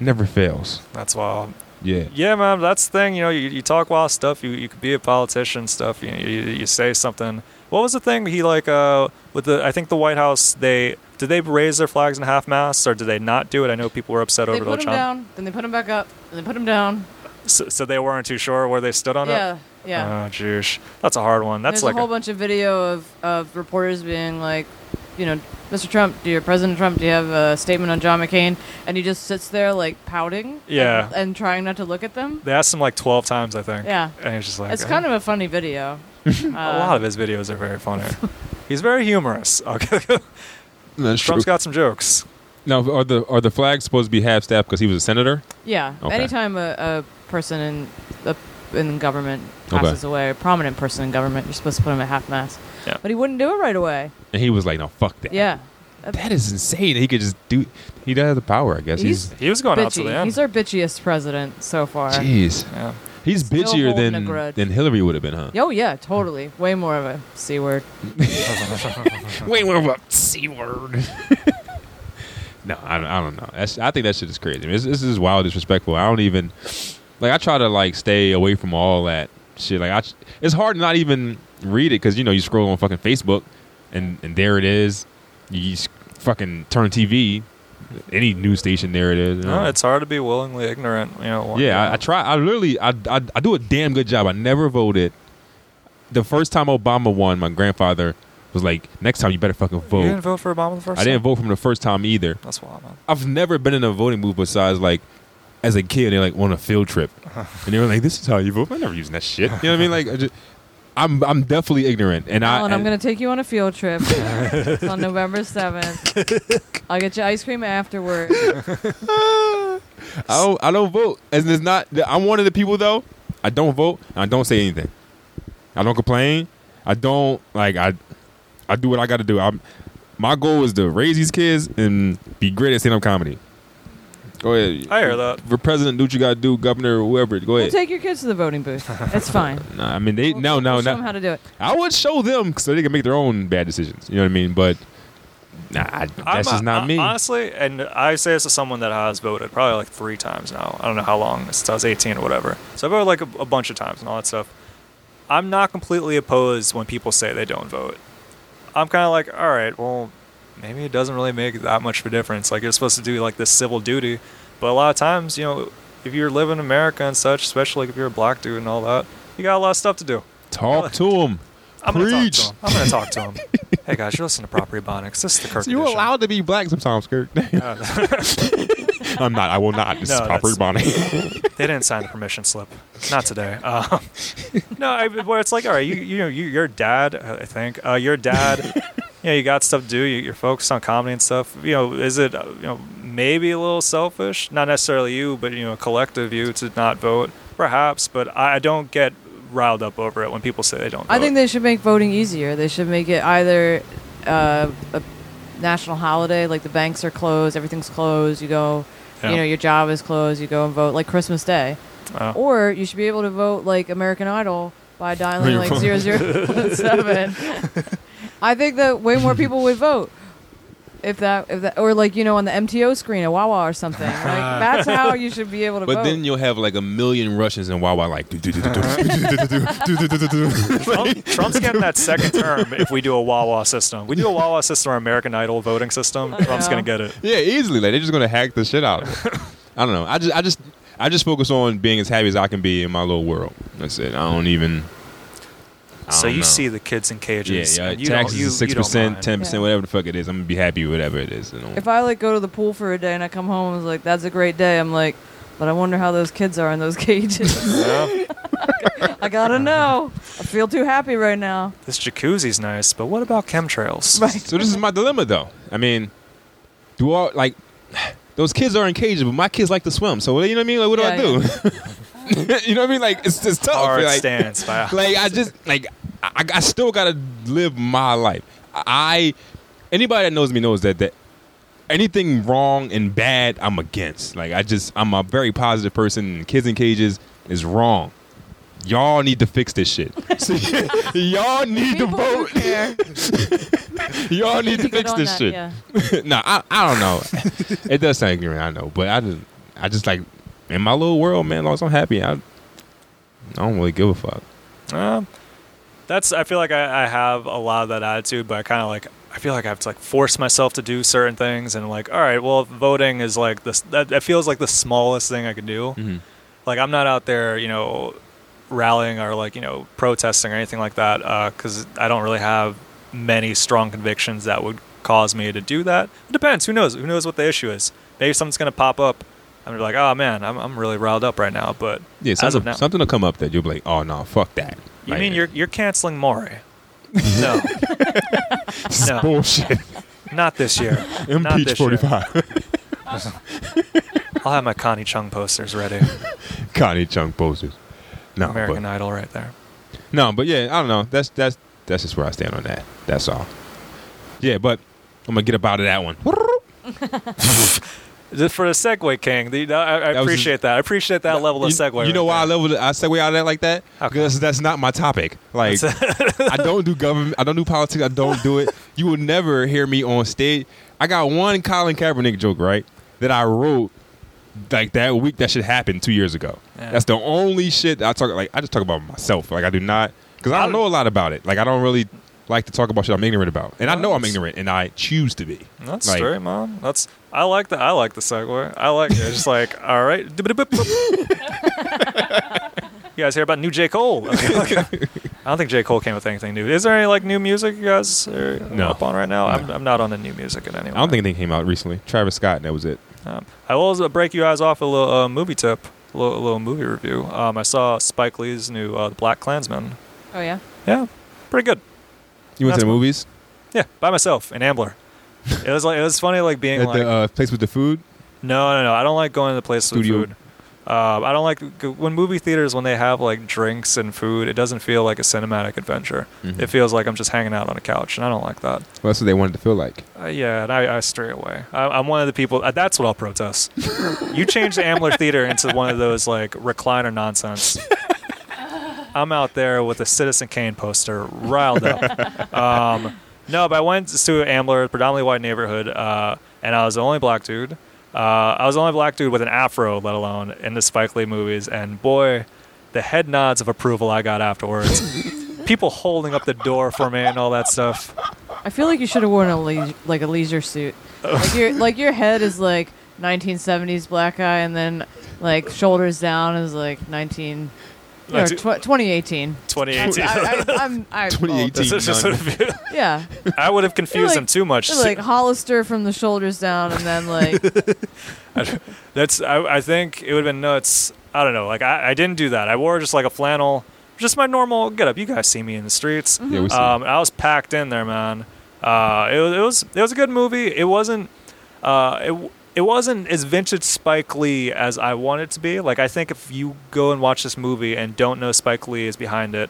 S2: Never fails.
S1: That's wild.
S2: Yeah.
S1: Yeah, man, that's the thing. You know, you, you talk wild stuff. You, you could be a politician, stuff. You, you you say something. What was the thing he like uh with the? I think the White House. They did they raise their flags in half mast or did they not do it? I know people were upset
S4: they
S1: over the
S4: put him
S1: Trump.
S4: down, then they put him back up, and they put him down.
S1: So, so they weren't too sure where they stood on it.
S4: Yeah, yeah.
S1: Oh, jeez, that's a hard one. That's
S4: There's
S1: like
S4: a whole
S1: a-
S4: bunch of video of, of reporters being like, you know, Mr. Trump, do you, President Trump, do you have a statement on John McCain? And he just sits there like pouting.
S1: Yeah.
S4: And, and trying not to look at them.
S1: they asked him like twelve times, I think.
S4: Yeah.
S1: and he's just like
S4: It's
S1: "Uh,
S4: kind of a funny video. a
S1: a lot of his videos are very funny. he's very humorous. Okay,
S2: That's
S1: Trump's got some jokes.
S2: now, are the are the flags supposed to be half staff because he was a senator?
S4: Yeah.
S2: Okay.
S4: Anytime a, a person in a, in government
S2: Okay.
S4: passes away, a prominent person in government, you're supposed to put him at half mast.
S1: Yeah.
S4: But he wouldn't do it right away.
S2: And he was like, "No, fuck that."
S4: Yeah.
S2: That is insane. He could just do. He does have the power, I guess. He's,
S4: He's
S1: He was going out to the
S4: Bitchy.
S1: end.
S4: He's our bitchiest president so far.
S2: jeez.
S1: yeah.
S2: He's
S4: Still
S2: bitchier
S4: holding a
S2: than
S4: grudge.
S2: than Hillary would have been, huh?
S4: Oh yeah, totally. Way more of a c word.
S2: Way more of a c word. no, I don't, I don't know. That's, I think that shit is crazy. I mean, this, this is wild, disrespectful. I don't even like. I try to like stay away from all that shit. Like, I ch- it's hard to not even read it because you know you scroll on fucking Facebook, and and there it is. You s- fucking turn TV, any news station, there it is. you
S1: No,
S2: know.
S1: it's hard to be willingly ignorant. You know. one-
S2: Yeah, I, I try. I literally, I, I, I do a damn good job. I never voted. The first time Obama won, my grandfather was like, "Next time, you better fucking
S1: You didn't
S2: vote."
S1: vote for Obama the first.
S2: I didn't
S1: time?
S2: vote for him the first time either.
S1: That's wild, man.
S2: I've never been in a voting booth besides like as a kid. They like on a field trip, and they were like, "This is how you vote." I'm never using that shit. You know what I mean? Like, I just, I'm I'm definitely ignorant, and I
S4: Alan, I'm
S2: and-
S4: gonna take you on a field trip It's on November seventh. I'll get you ice cream afterward.
S2: I don't, I don't vote. And it's not. I'm one of the people though. I don't vote. And I don't say anything. I don't complain. I don't like. I I do what I got to do. I'm. My goal is to raise these kids and be great at stand-up comedy. Go ahead.
S1: I hear that.
S2: For president, do what you got to do. Governor, whoever. Go
S4: We'll
S2: ahead.
S4: take your kids to the voting booth. It's fine.
S2: nah, I mean, they
S4: We'll-
S2: no, no,
S4: we'll show them
S2: no.
S4: how to do it.
S2: I would show them so they can make their own bad decisions. You know what I mean? But nah, I,
S1: I'm
S2: that's
S1: a-
S2: just not
S1: I-
S2: me.
S1: Honestly, and I say this as someone that has voted probably like three times now. I don't know how long since I was 18 or whatever. So I voted like a, a bunch of times and all that stuff. I'm not completely opposed when people say they don't vote. I'm kind of like, all right, well, maybe it doesn't really make that much of a difference. Like you're supposed to do like this civil duty, but a lot of times, you know, if you're living in America and such, especially if you're a black dude and all that, you got a lot of stuff to do.
S2: Talk to them.
S1: I'm gonna talk
S2: Preach.
S1: to him. I'm gonna talk to him. hey guys, you're listening to Property Bonics. This is the Kirk.
S2: You're
S1: edition.
S2: allowed to be black sometimes, Kirk. I'm not. I will not. This
S1: Oh. No,
S2: is proper
S1: that's-
S2: Bonnie.
S1: they didn't sign the permission slip. Not today. Um, no, I, where it's like, all right, you you know, you, your dad, I think, uh, your dad, you know, you got stuff to do. You, you're focused on comedy and stuff. You know, is it, uh, you know, maybe a little selfish? Not necessarily you, but you know, collective you to not vote, perhaps. But I, I don't get riled up over it when people say they don't. Vote.
S4: I think they should make voting easier. They should make it either uh, a national holiday, like the banks are closed, everything's closed. You go,
S1: Yeah.
S4: you know, your job is closed. You go and vote, like Christmas Day,
S1: Oh.
S4: or you should be able to vote like American Idol by
S2: On
S4: dialing
S2: your
S4: like
S2: phone.
S4: zero zero seven. I think that way more people would vote. If that, if that, or like you know, on the MTO screen at Wawa or something, like that's how you should be able to vote.
S2: But then you'll have like a million Russians in Wawa, like. do, do, do, do, do, do, do, do, do, do, do, do.
S1: Trump, Trump's getting that second term if we do a Wawa system. We do a Wawa system or American Idol voting system. Trump's
S4: yeah.
S1: gonna get it.
S2: Yeah, easily. Like they're just gonna hack the shit out. of it. I don't know. I just, I just, I just focus on being as happy as I can be in my little world. That's it. I don't even. I
S1: So
S2: don't
S1: you
S2: know.
S1: see the kids in
S2: Yeah,
S1: cages.
S2: yeah.
S1: and you
S2: Taxes
S1: don't, you,
S2: is six
S1: you don't
S2: percent,
S1: mind.
S2: ten percent,
S4: Yeah.
S2: whatever the fuck it is. I'm gonna be happy with whatever it is. I don't-
S4: if I like go to the pool for a day and I come home and was like, that's a great day, I'm like, but I wonder how those kids are in those cages.
S1: Yeah.
S4: I gotta know. I feel too happy right now.
S1: this jacuzzi's nice, but what about chemtrails?
S2: So this is my dilemma, though. I mean, do all like those kids are in cages, but my kids like to swim. So you know what I mean? Like, what
S4: Yeah,
S2: do I do? you know what I mean? Like, it's just tough.
S1: Hard
S2: like,
S1: stance. By,
S2: like I just like I, I still gotta live my life. I anybody that knows me knows that that anything wrong and bad I'm against. Like I just I'm a very positive person. and Kids in cages is wrong. y'all need to fix this shit. y'all need to
S4: People who
S2: vote.
S4: care.
S2: Y'all need to
S4: Good
S2: fix
S4: on
S2: this
S4: that,
S2: shit.
S4: yeah.
S2: no, I, I don't know. it does sound ignorant, I know, but I just I just like in my little world, man. As long as I'm happy, I, I don't really give a fuck.
S1: Um, that's. I feel like I, I have a lot of that attitude, but I kind of like. I feel like I have to like force myself to do certain things, and like, all right, well, voting is like this. That, that feels like the smallest thing I could do. Like, I'm not out there, you know, rallying or like you know protesting or anything like that, because I don't really have many strong convictions that would cause me to do that. It depends. Who knows? Who knows what the issue is? Maybe something's gonna pop up. I'm gonna be like, oh man, I'm I'm really riled up right now. But
S2: Yeah,
S1: as of
S2: something,
S1: now,
S2: something will come up that you'll be like, oh no, fuck that.
S1: you
S2: Like,
S1: mean you're you're canceling Maury? No,
S2: this is
S1: no.
S2: bullshit?
S1: not this year. Not
S2: Impeach
S1: this year.
S2: forty five.
S1: I'll have my Connie Chung posters ready.
S2: Connie Chung posters. No,
S1: American
S2: but,
S1: Idol right there.
S2: no, but yeah, I don't know. That's that's that's just where I stand on that. That's all. Yeah, but I'm gonna get up out of that one.
S1: Just for the segue, King. The, I, I
S2: was
S1: appreciate that. I appreciate that level of
S2: You-
S1: segue.
S2: You, know why
S1: right
S2: I level I segue out of that like that?
S1: How
S2: Because that's not my topic. Like I don't do government. I don't do politics. I don't do it. You will never hear me on stage. I got one Colin Kaepernick joke right that I wrote like that week that should happen two years ago.
S1: Yeah.
S2: That's the only shit that I talk. Like I just talk about myself. Like I do not because I don't know a lot about it. Like I don't really like to talk about shit I'm ignorant about, and I know I'm
S1: Nice.
S2: ignorant, and I choose to be.
S1: That's
S2: Like,
S1: straight, man. That's I like the I like the segue. I like it. It's just like all right. you guys hear about new J Cole? Okay, okay. I don't think J Cole came with anything new. Is there any like new music you guys are
S2: No.
S1: up on right now? I'm,
S2: No.
S1: I'm not on the new music at any.
S2: I don't think anything came out recently. Travis Scott, and that was it.
S1: Um, I will also break you guys off with a little uh, movie tip, a little, a little movie review. Um, I saw Spike Lee's new uh, The Black Klansman.
S4: Oh yeah.
S1: Yeah, pretty good.
S2: You went
S1: That's
S2: to the
S1: what-
S2: movies
S1: Yeah, by myself in Ambler. It was like it was funny like being
S2: at
S1: like
S2: the uh, place with the food.
S1: No, no, no. I don't like going to the place
S2: Studio.
S1: with food. Um, I don't like when movie theaters when they have like drinks and food. It doesn't feel like a cinematic adventure.
S2: Mhm.
S1: It feels like I'm just hanging out on a couch, and I don't like that.
S2: Well, that's what they wanted to feel like.
S1: Uh, yeah, and I, I stray away. I, I'm one of the people. Uh, that's what I'll protest. you change the Ambler Theater into one of those like recliner nonsense. I'm out there with a Citizen Kane poster, riled up. Um, no, but I went to Ambler, predominantly white neighborhood, uh, and I was the only black dude. Uh, I was the only black dude with an afro, let alone in the Spike Lee movies. And boy, the head nods of approval I got afterwards. People holding up the door for me and all that stuff.
S4: I feel like you should have worn a leisure, like a leisure suit.
S2: Oh.
S4: Like your like your head is like 1970s black eye, and then like shoulders down is like 19 or
S1: Nineteen-
S4: tw- 2018.
S1: 2018.
S4: I, I, I'm, I,
S2: 2018.
S1: That's just sort of-
S4: yeah,
S1: I would have confused
S4: They're
S1: them too much.
S4: They're like Hollister from the shoulders down, and then like
S1: That's I, I think it would have been nuts. I don't know. Like I, I didn't do that. I wore just like a flannel, just my normal getup. You guys see me in the streets.
S4: Mm-hmm.
S2: Yeah, we see.
S1: Um, I was packed in there, man. Uh, it was it was it was a good movie. It wasn't uh, it w- it wasn't as vintage Spike Lee as I want it to be. Like I think if you go and watch this movie and don't know Spike Lee is behind it,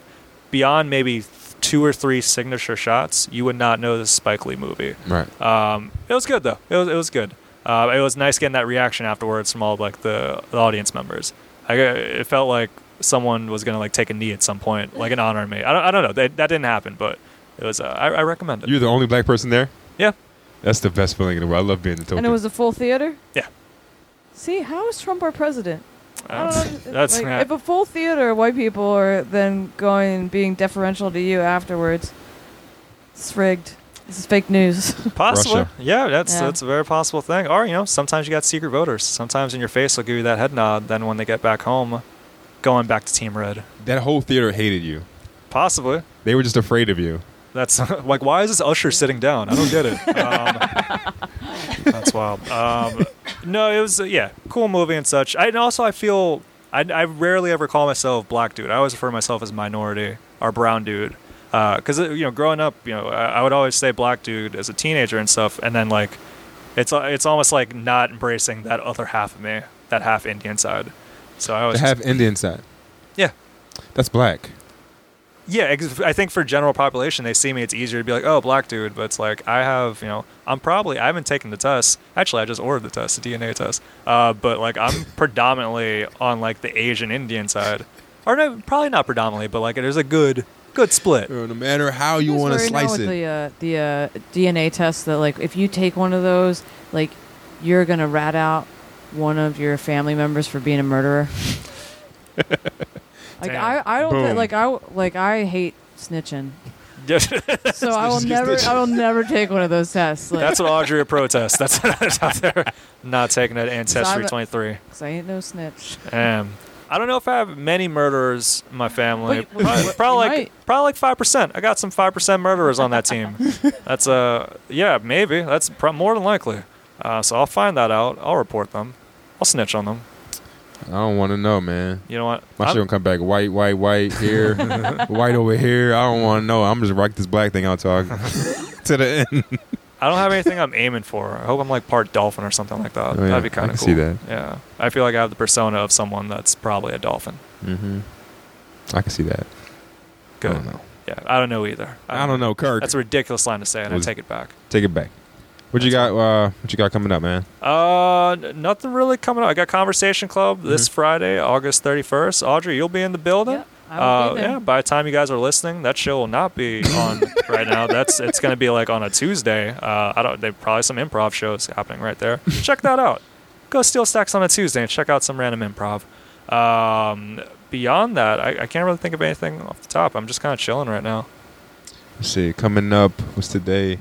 S1: beyond maybe two or three signature shots, you would not know this is a Spike Lee movie.
S2: right. Uh,
S1: Um, it was good though. It was it was good. Uh, it was nice getting that reaction afterwards from all like the, the audience members. I got- it felt like someone was gonna like take a knee at some point, like an honor me. I don't I don't know. That that didn't happen, but it was. Uh, I, I recommend it.
S2: You're the only black person there.
S1: yeah,
S2: That's the best feeling in the world. I love being in Tokyo.
S4: and it was a full theater.
S1: yeah.
S4: See, how is Trump our president? I
S1: That's
S4: don't know,
S1: that's
S4: Um, like,
S1: not-
S4: if a full theater of white people are then going and being deferential to you afterwards. It's rigged. This is fake news.
S1: possible.
S2: Russia.
S1: Yeah, that's
S4: Yeah.
S1: that's a very possible thing. Or you know, sometimes you got secret voters. Sometimes in your face they'll give you that head nod. Then when they get back home, going back to Team Red,
S2: that whole theater hated you.
S1: possibly.
S2: They were just afraid of you.
S1: That's like, why is this usher sitting down? I don't get it. Um, that's wild. Um, no, it was uh, yeah, cool movie and such. I, and also, I feel I, I rarely ever call myself black dude. I always refer to myself as minority or brown dude. Because you know, growing up, you know, I, I would always say black dude as a teenager and stuff, and then like, it's al- it's almost like not embracing that other half of me, that half Indian side. So I
S2: They
S1: always
S2: have Indian side.
S1: yeah,
S2: That's black.
S1: yeah, ex- I think for general population, they see me. It's easier to be like, oh, black dude. But it's like I have, you know, I'm probably I haven't taken the test. Actually, I just ordered the test, the DNA test. Uh, but like I'm predominantly on like the Asian Indian side, or no, probably not predominantly, but like there's a good good split.
S2: No matter how you
S4: That's
S2: want to
S4: where know
S2: slice
S4: with
S2: it.
S4: The uh, the uh, DNA test that like if you take one of those, like you're gonna rat out one of your family members for being a murderer. like I,
S1: Damn.
S4: I don't
S2: Boom.
S4: think, like I like I hate snitching,
S1: That's
S4: so I will
S2: Snitching,
S4: never
S2: snitching.
S4: I will never take one of those tests. Like,
S1: what Audrey would protest. That's what I was out there not taking that ancestry
S4: Simon-
S1: 23.
S4: 'cause I ain't no snitch.
S1: Um, I don't know if I have many murderers in my family.
S4: But
S1: probably,
S4: you- you
S1: probably like
S4: might.
S1: probably like five percent. I got some five percent murderers on that team. That's uh yeah maybe that's pro- more than likely. Uh, so I'll find that out. I'll report them. I'll snitch on them.
S2: I don't want to know, man.
S1: You know what?
S2: My shit
S1: I'm-
S2: gonna come back white, white, white here, white over here. I don't want to know. I'm just rock this black thing out till I, to the end.
S1: I don't have anything I'm aiming for. I hope I'm like part dolphin or something like that.
S2: Oh, yeah.
S1: That'd be kind
S2: I
S1: of
S2: can
S1: cool.
S2: see that.
S1: Yeah, I feel like I have the persona of someone that's probably a dolphin.
S2: Mm-hmm. I can see that.
S1: Good.
S2: I don't know.
S1: Yeah, I don't know either.
S2: I don't know, Kirk.
S1: That's a ridiculous line to say, and I
S2: Was-
S1: take it back.
S2: Take it back. What you got? Uh, what you got coming up, man?
S1: Uh, n- nothing really coming up. I got Conversation Club this
S2: Mm-hmm.
S1: Friday, August 31st. Audrey, you'll be in the building.
S4: Yep, I will
S1: uh,
S4: be there.
S1: Yeah, by the time you guys are listening, that show will not be on right now. That's it's going to be like on a Tuesday. Uh, I don't. They probably some improv shows happening right there. Check that out. Go steal stacks on a Tuesday and check out some random improv. Um, beyond that, I, I can't really think of anything off the top. I'm just kind of chilling right now.
S2: Let's see. Coming up, what's today?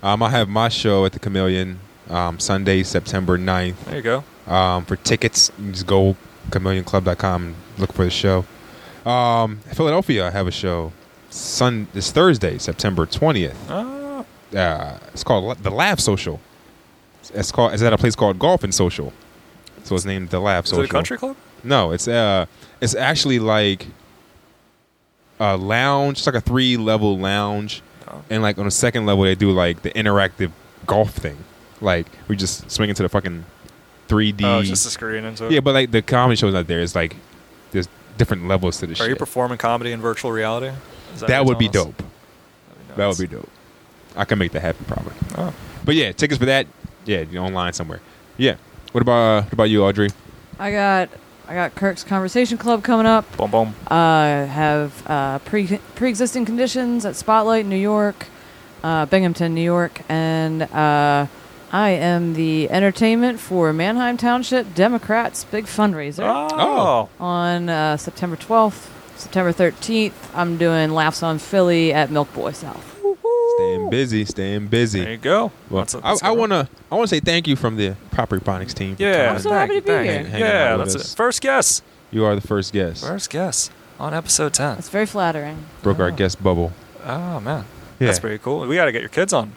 S2: Um, I have my show at the Chameleon um, Sunday, September 9th.
S1: There you go.
S2: Um, for tickets, you just go chameleonclub.com and look for the show. Um, Philadelphia, I have a show. Sun this Thursday, September 20th.
S1: Uh,
S2: uh, it's called La- the Laugh Social. It's called. It's at a place called Golf and Social. So it's named the Laugh
S1: is
S2: Social.
S1: it a country club?
S2: No, it's uh, it's actually like a lounge. It's like a three level lounge,
S1: No.
S2: and like on the second level they do like the interactive golf thing. Like we just swing into the fucking three D.
S1: Oh, just a screen into it.
S2: yeah, but like the comedy show's not there. It's like there's different levels to the
S1: Are
S2: shit.
S1: you performing comedy in virtual reality? Is
S2: that
S1: what
S2: would be
S1: you're telling
S2: dope.
S1: us?
S2: That would be dope. I can make that happen probably.
S1: Oh.
S2: But yeah, tickets for that. Yeah, you're online somewhere. Yeah. What about uh, what about you, Audrey?
S4: I got I got Kirk's conversation club coming up.
S1: Boom, boom.
S4: Uh, have uh, pre pre-existing conditions at Spotlight New York, uh, Binghamton, New York, and uh, I am the entertainment for Manheim Township Democrats big fundraiser
S1: Oh.
S4: on uh, September 12th, September 13th. I'm doing Laughs on Philly at Milk Boy South.
S2: Staying busy, staying
S1: There you
S2: busy.
S1: go.
S2: Well,
S1: That's a-
S2: I,
S1: that's
S2: I
S1: good.
S2: wanna I wanna say thank you from the Proper Phonics team. for
S1: Yeah.
S2: coming.
S4: I'm so happy to be
S1: Dang,
S4: here.
S2: dang. Hanging
S1: Yeah,
S2: out with
S1: that's it.
S2: us.
S1: First guess.
S2: You are the first guest.
S1: First guess on episode 10.
S4: That's very flattering.
S2: Broke our guest bubble.
S1: Oh, man.
S2: Yeah.
S1: That's pretty cool. We got to get your kids on.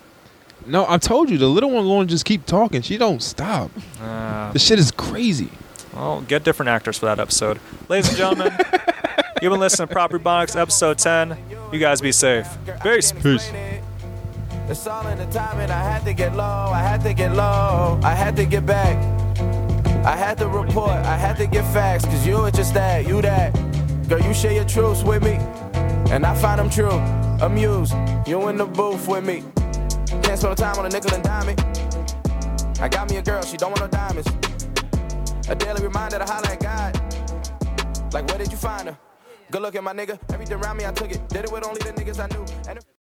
S2: No, I told you the little one won't just keep talking. She don't stop.
S1: Uh,
S2: The shit is crazy.
S1: well, get different actors for that episode. Ladies and gentlemen, you've been listening to Property Bonics episode 10. You guys be safe. Peace.
S2: Peace.
S5: It's all in the timing. I had to get low. I had to get low. I had to get back. I had to report. I had to get facts. Cause you were just that. You that. Girl, you share your truths with me. And I find them true. Amused. You in the booth with me. Can't spend time on a nickel and dime it. I got me a girl. She don't want no diamonds. A daily reminder to holler at God. Like, where did you find her? Good looking, my nigga. Everything around me, I took it. Did it with only the niggas I knew. And if-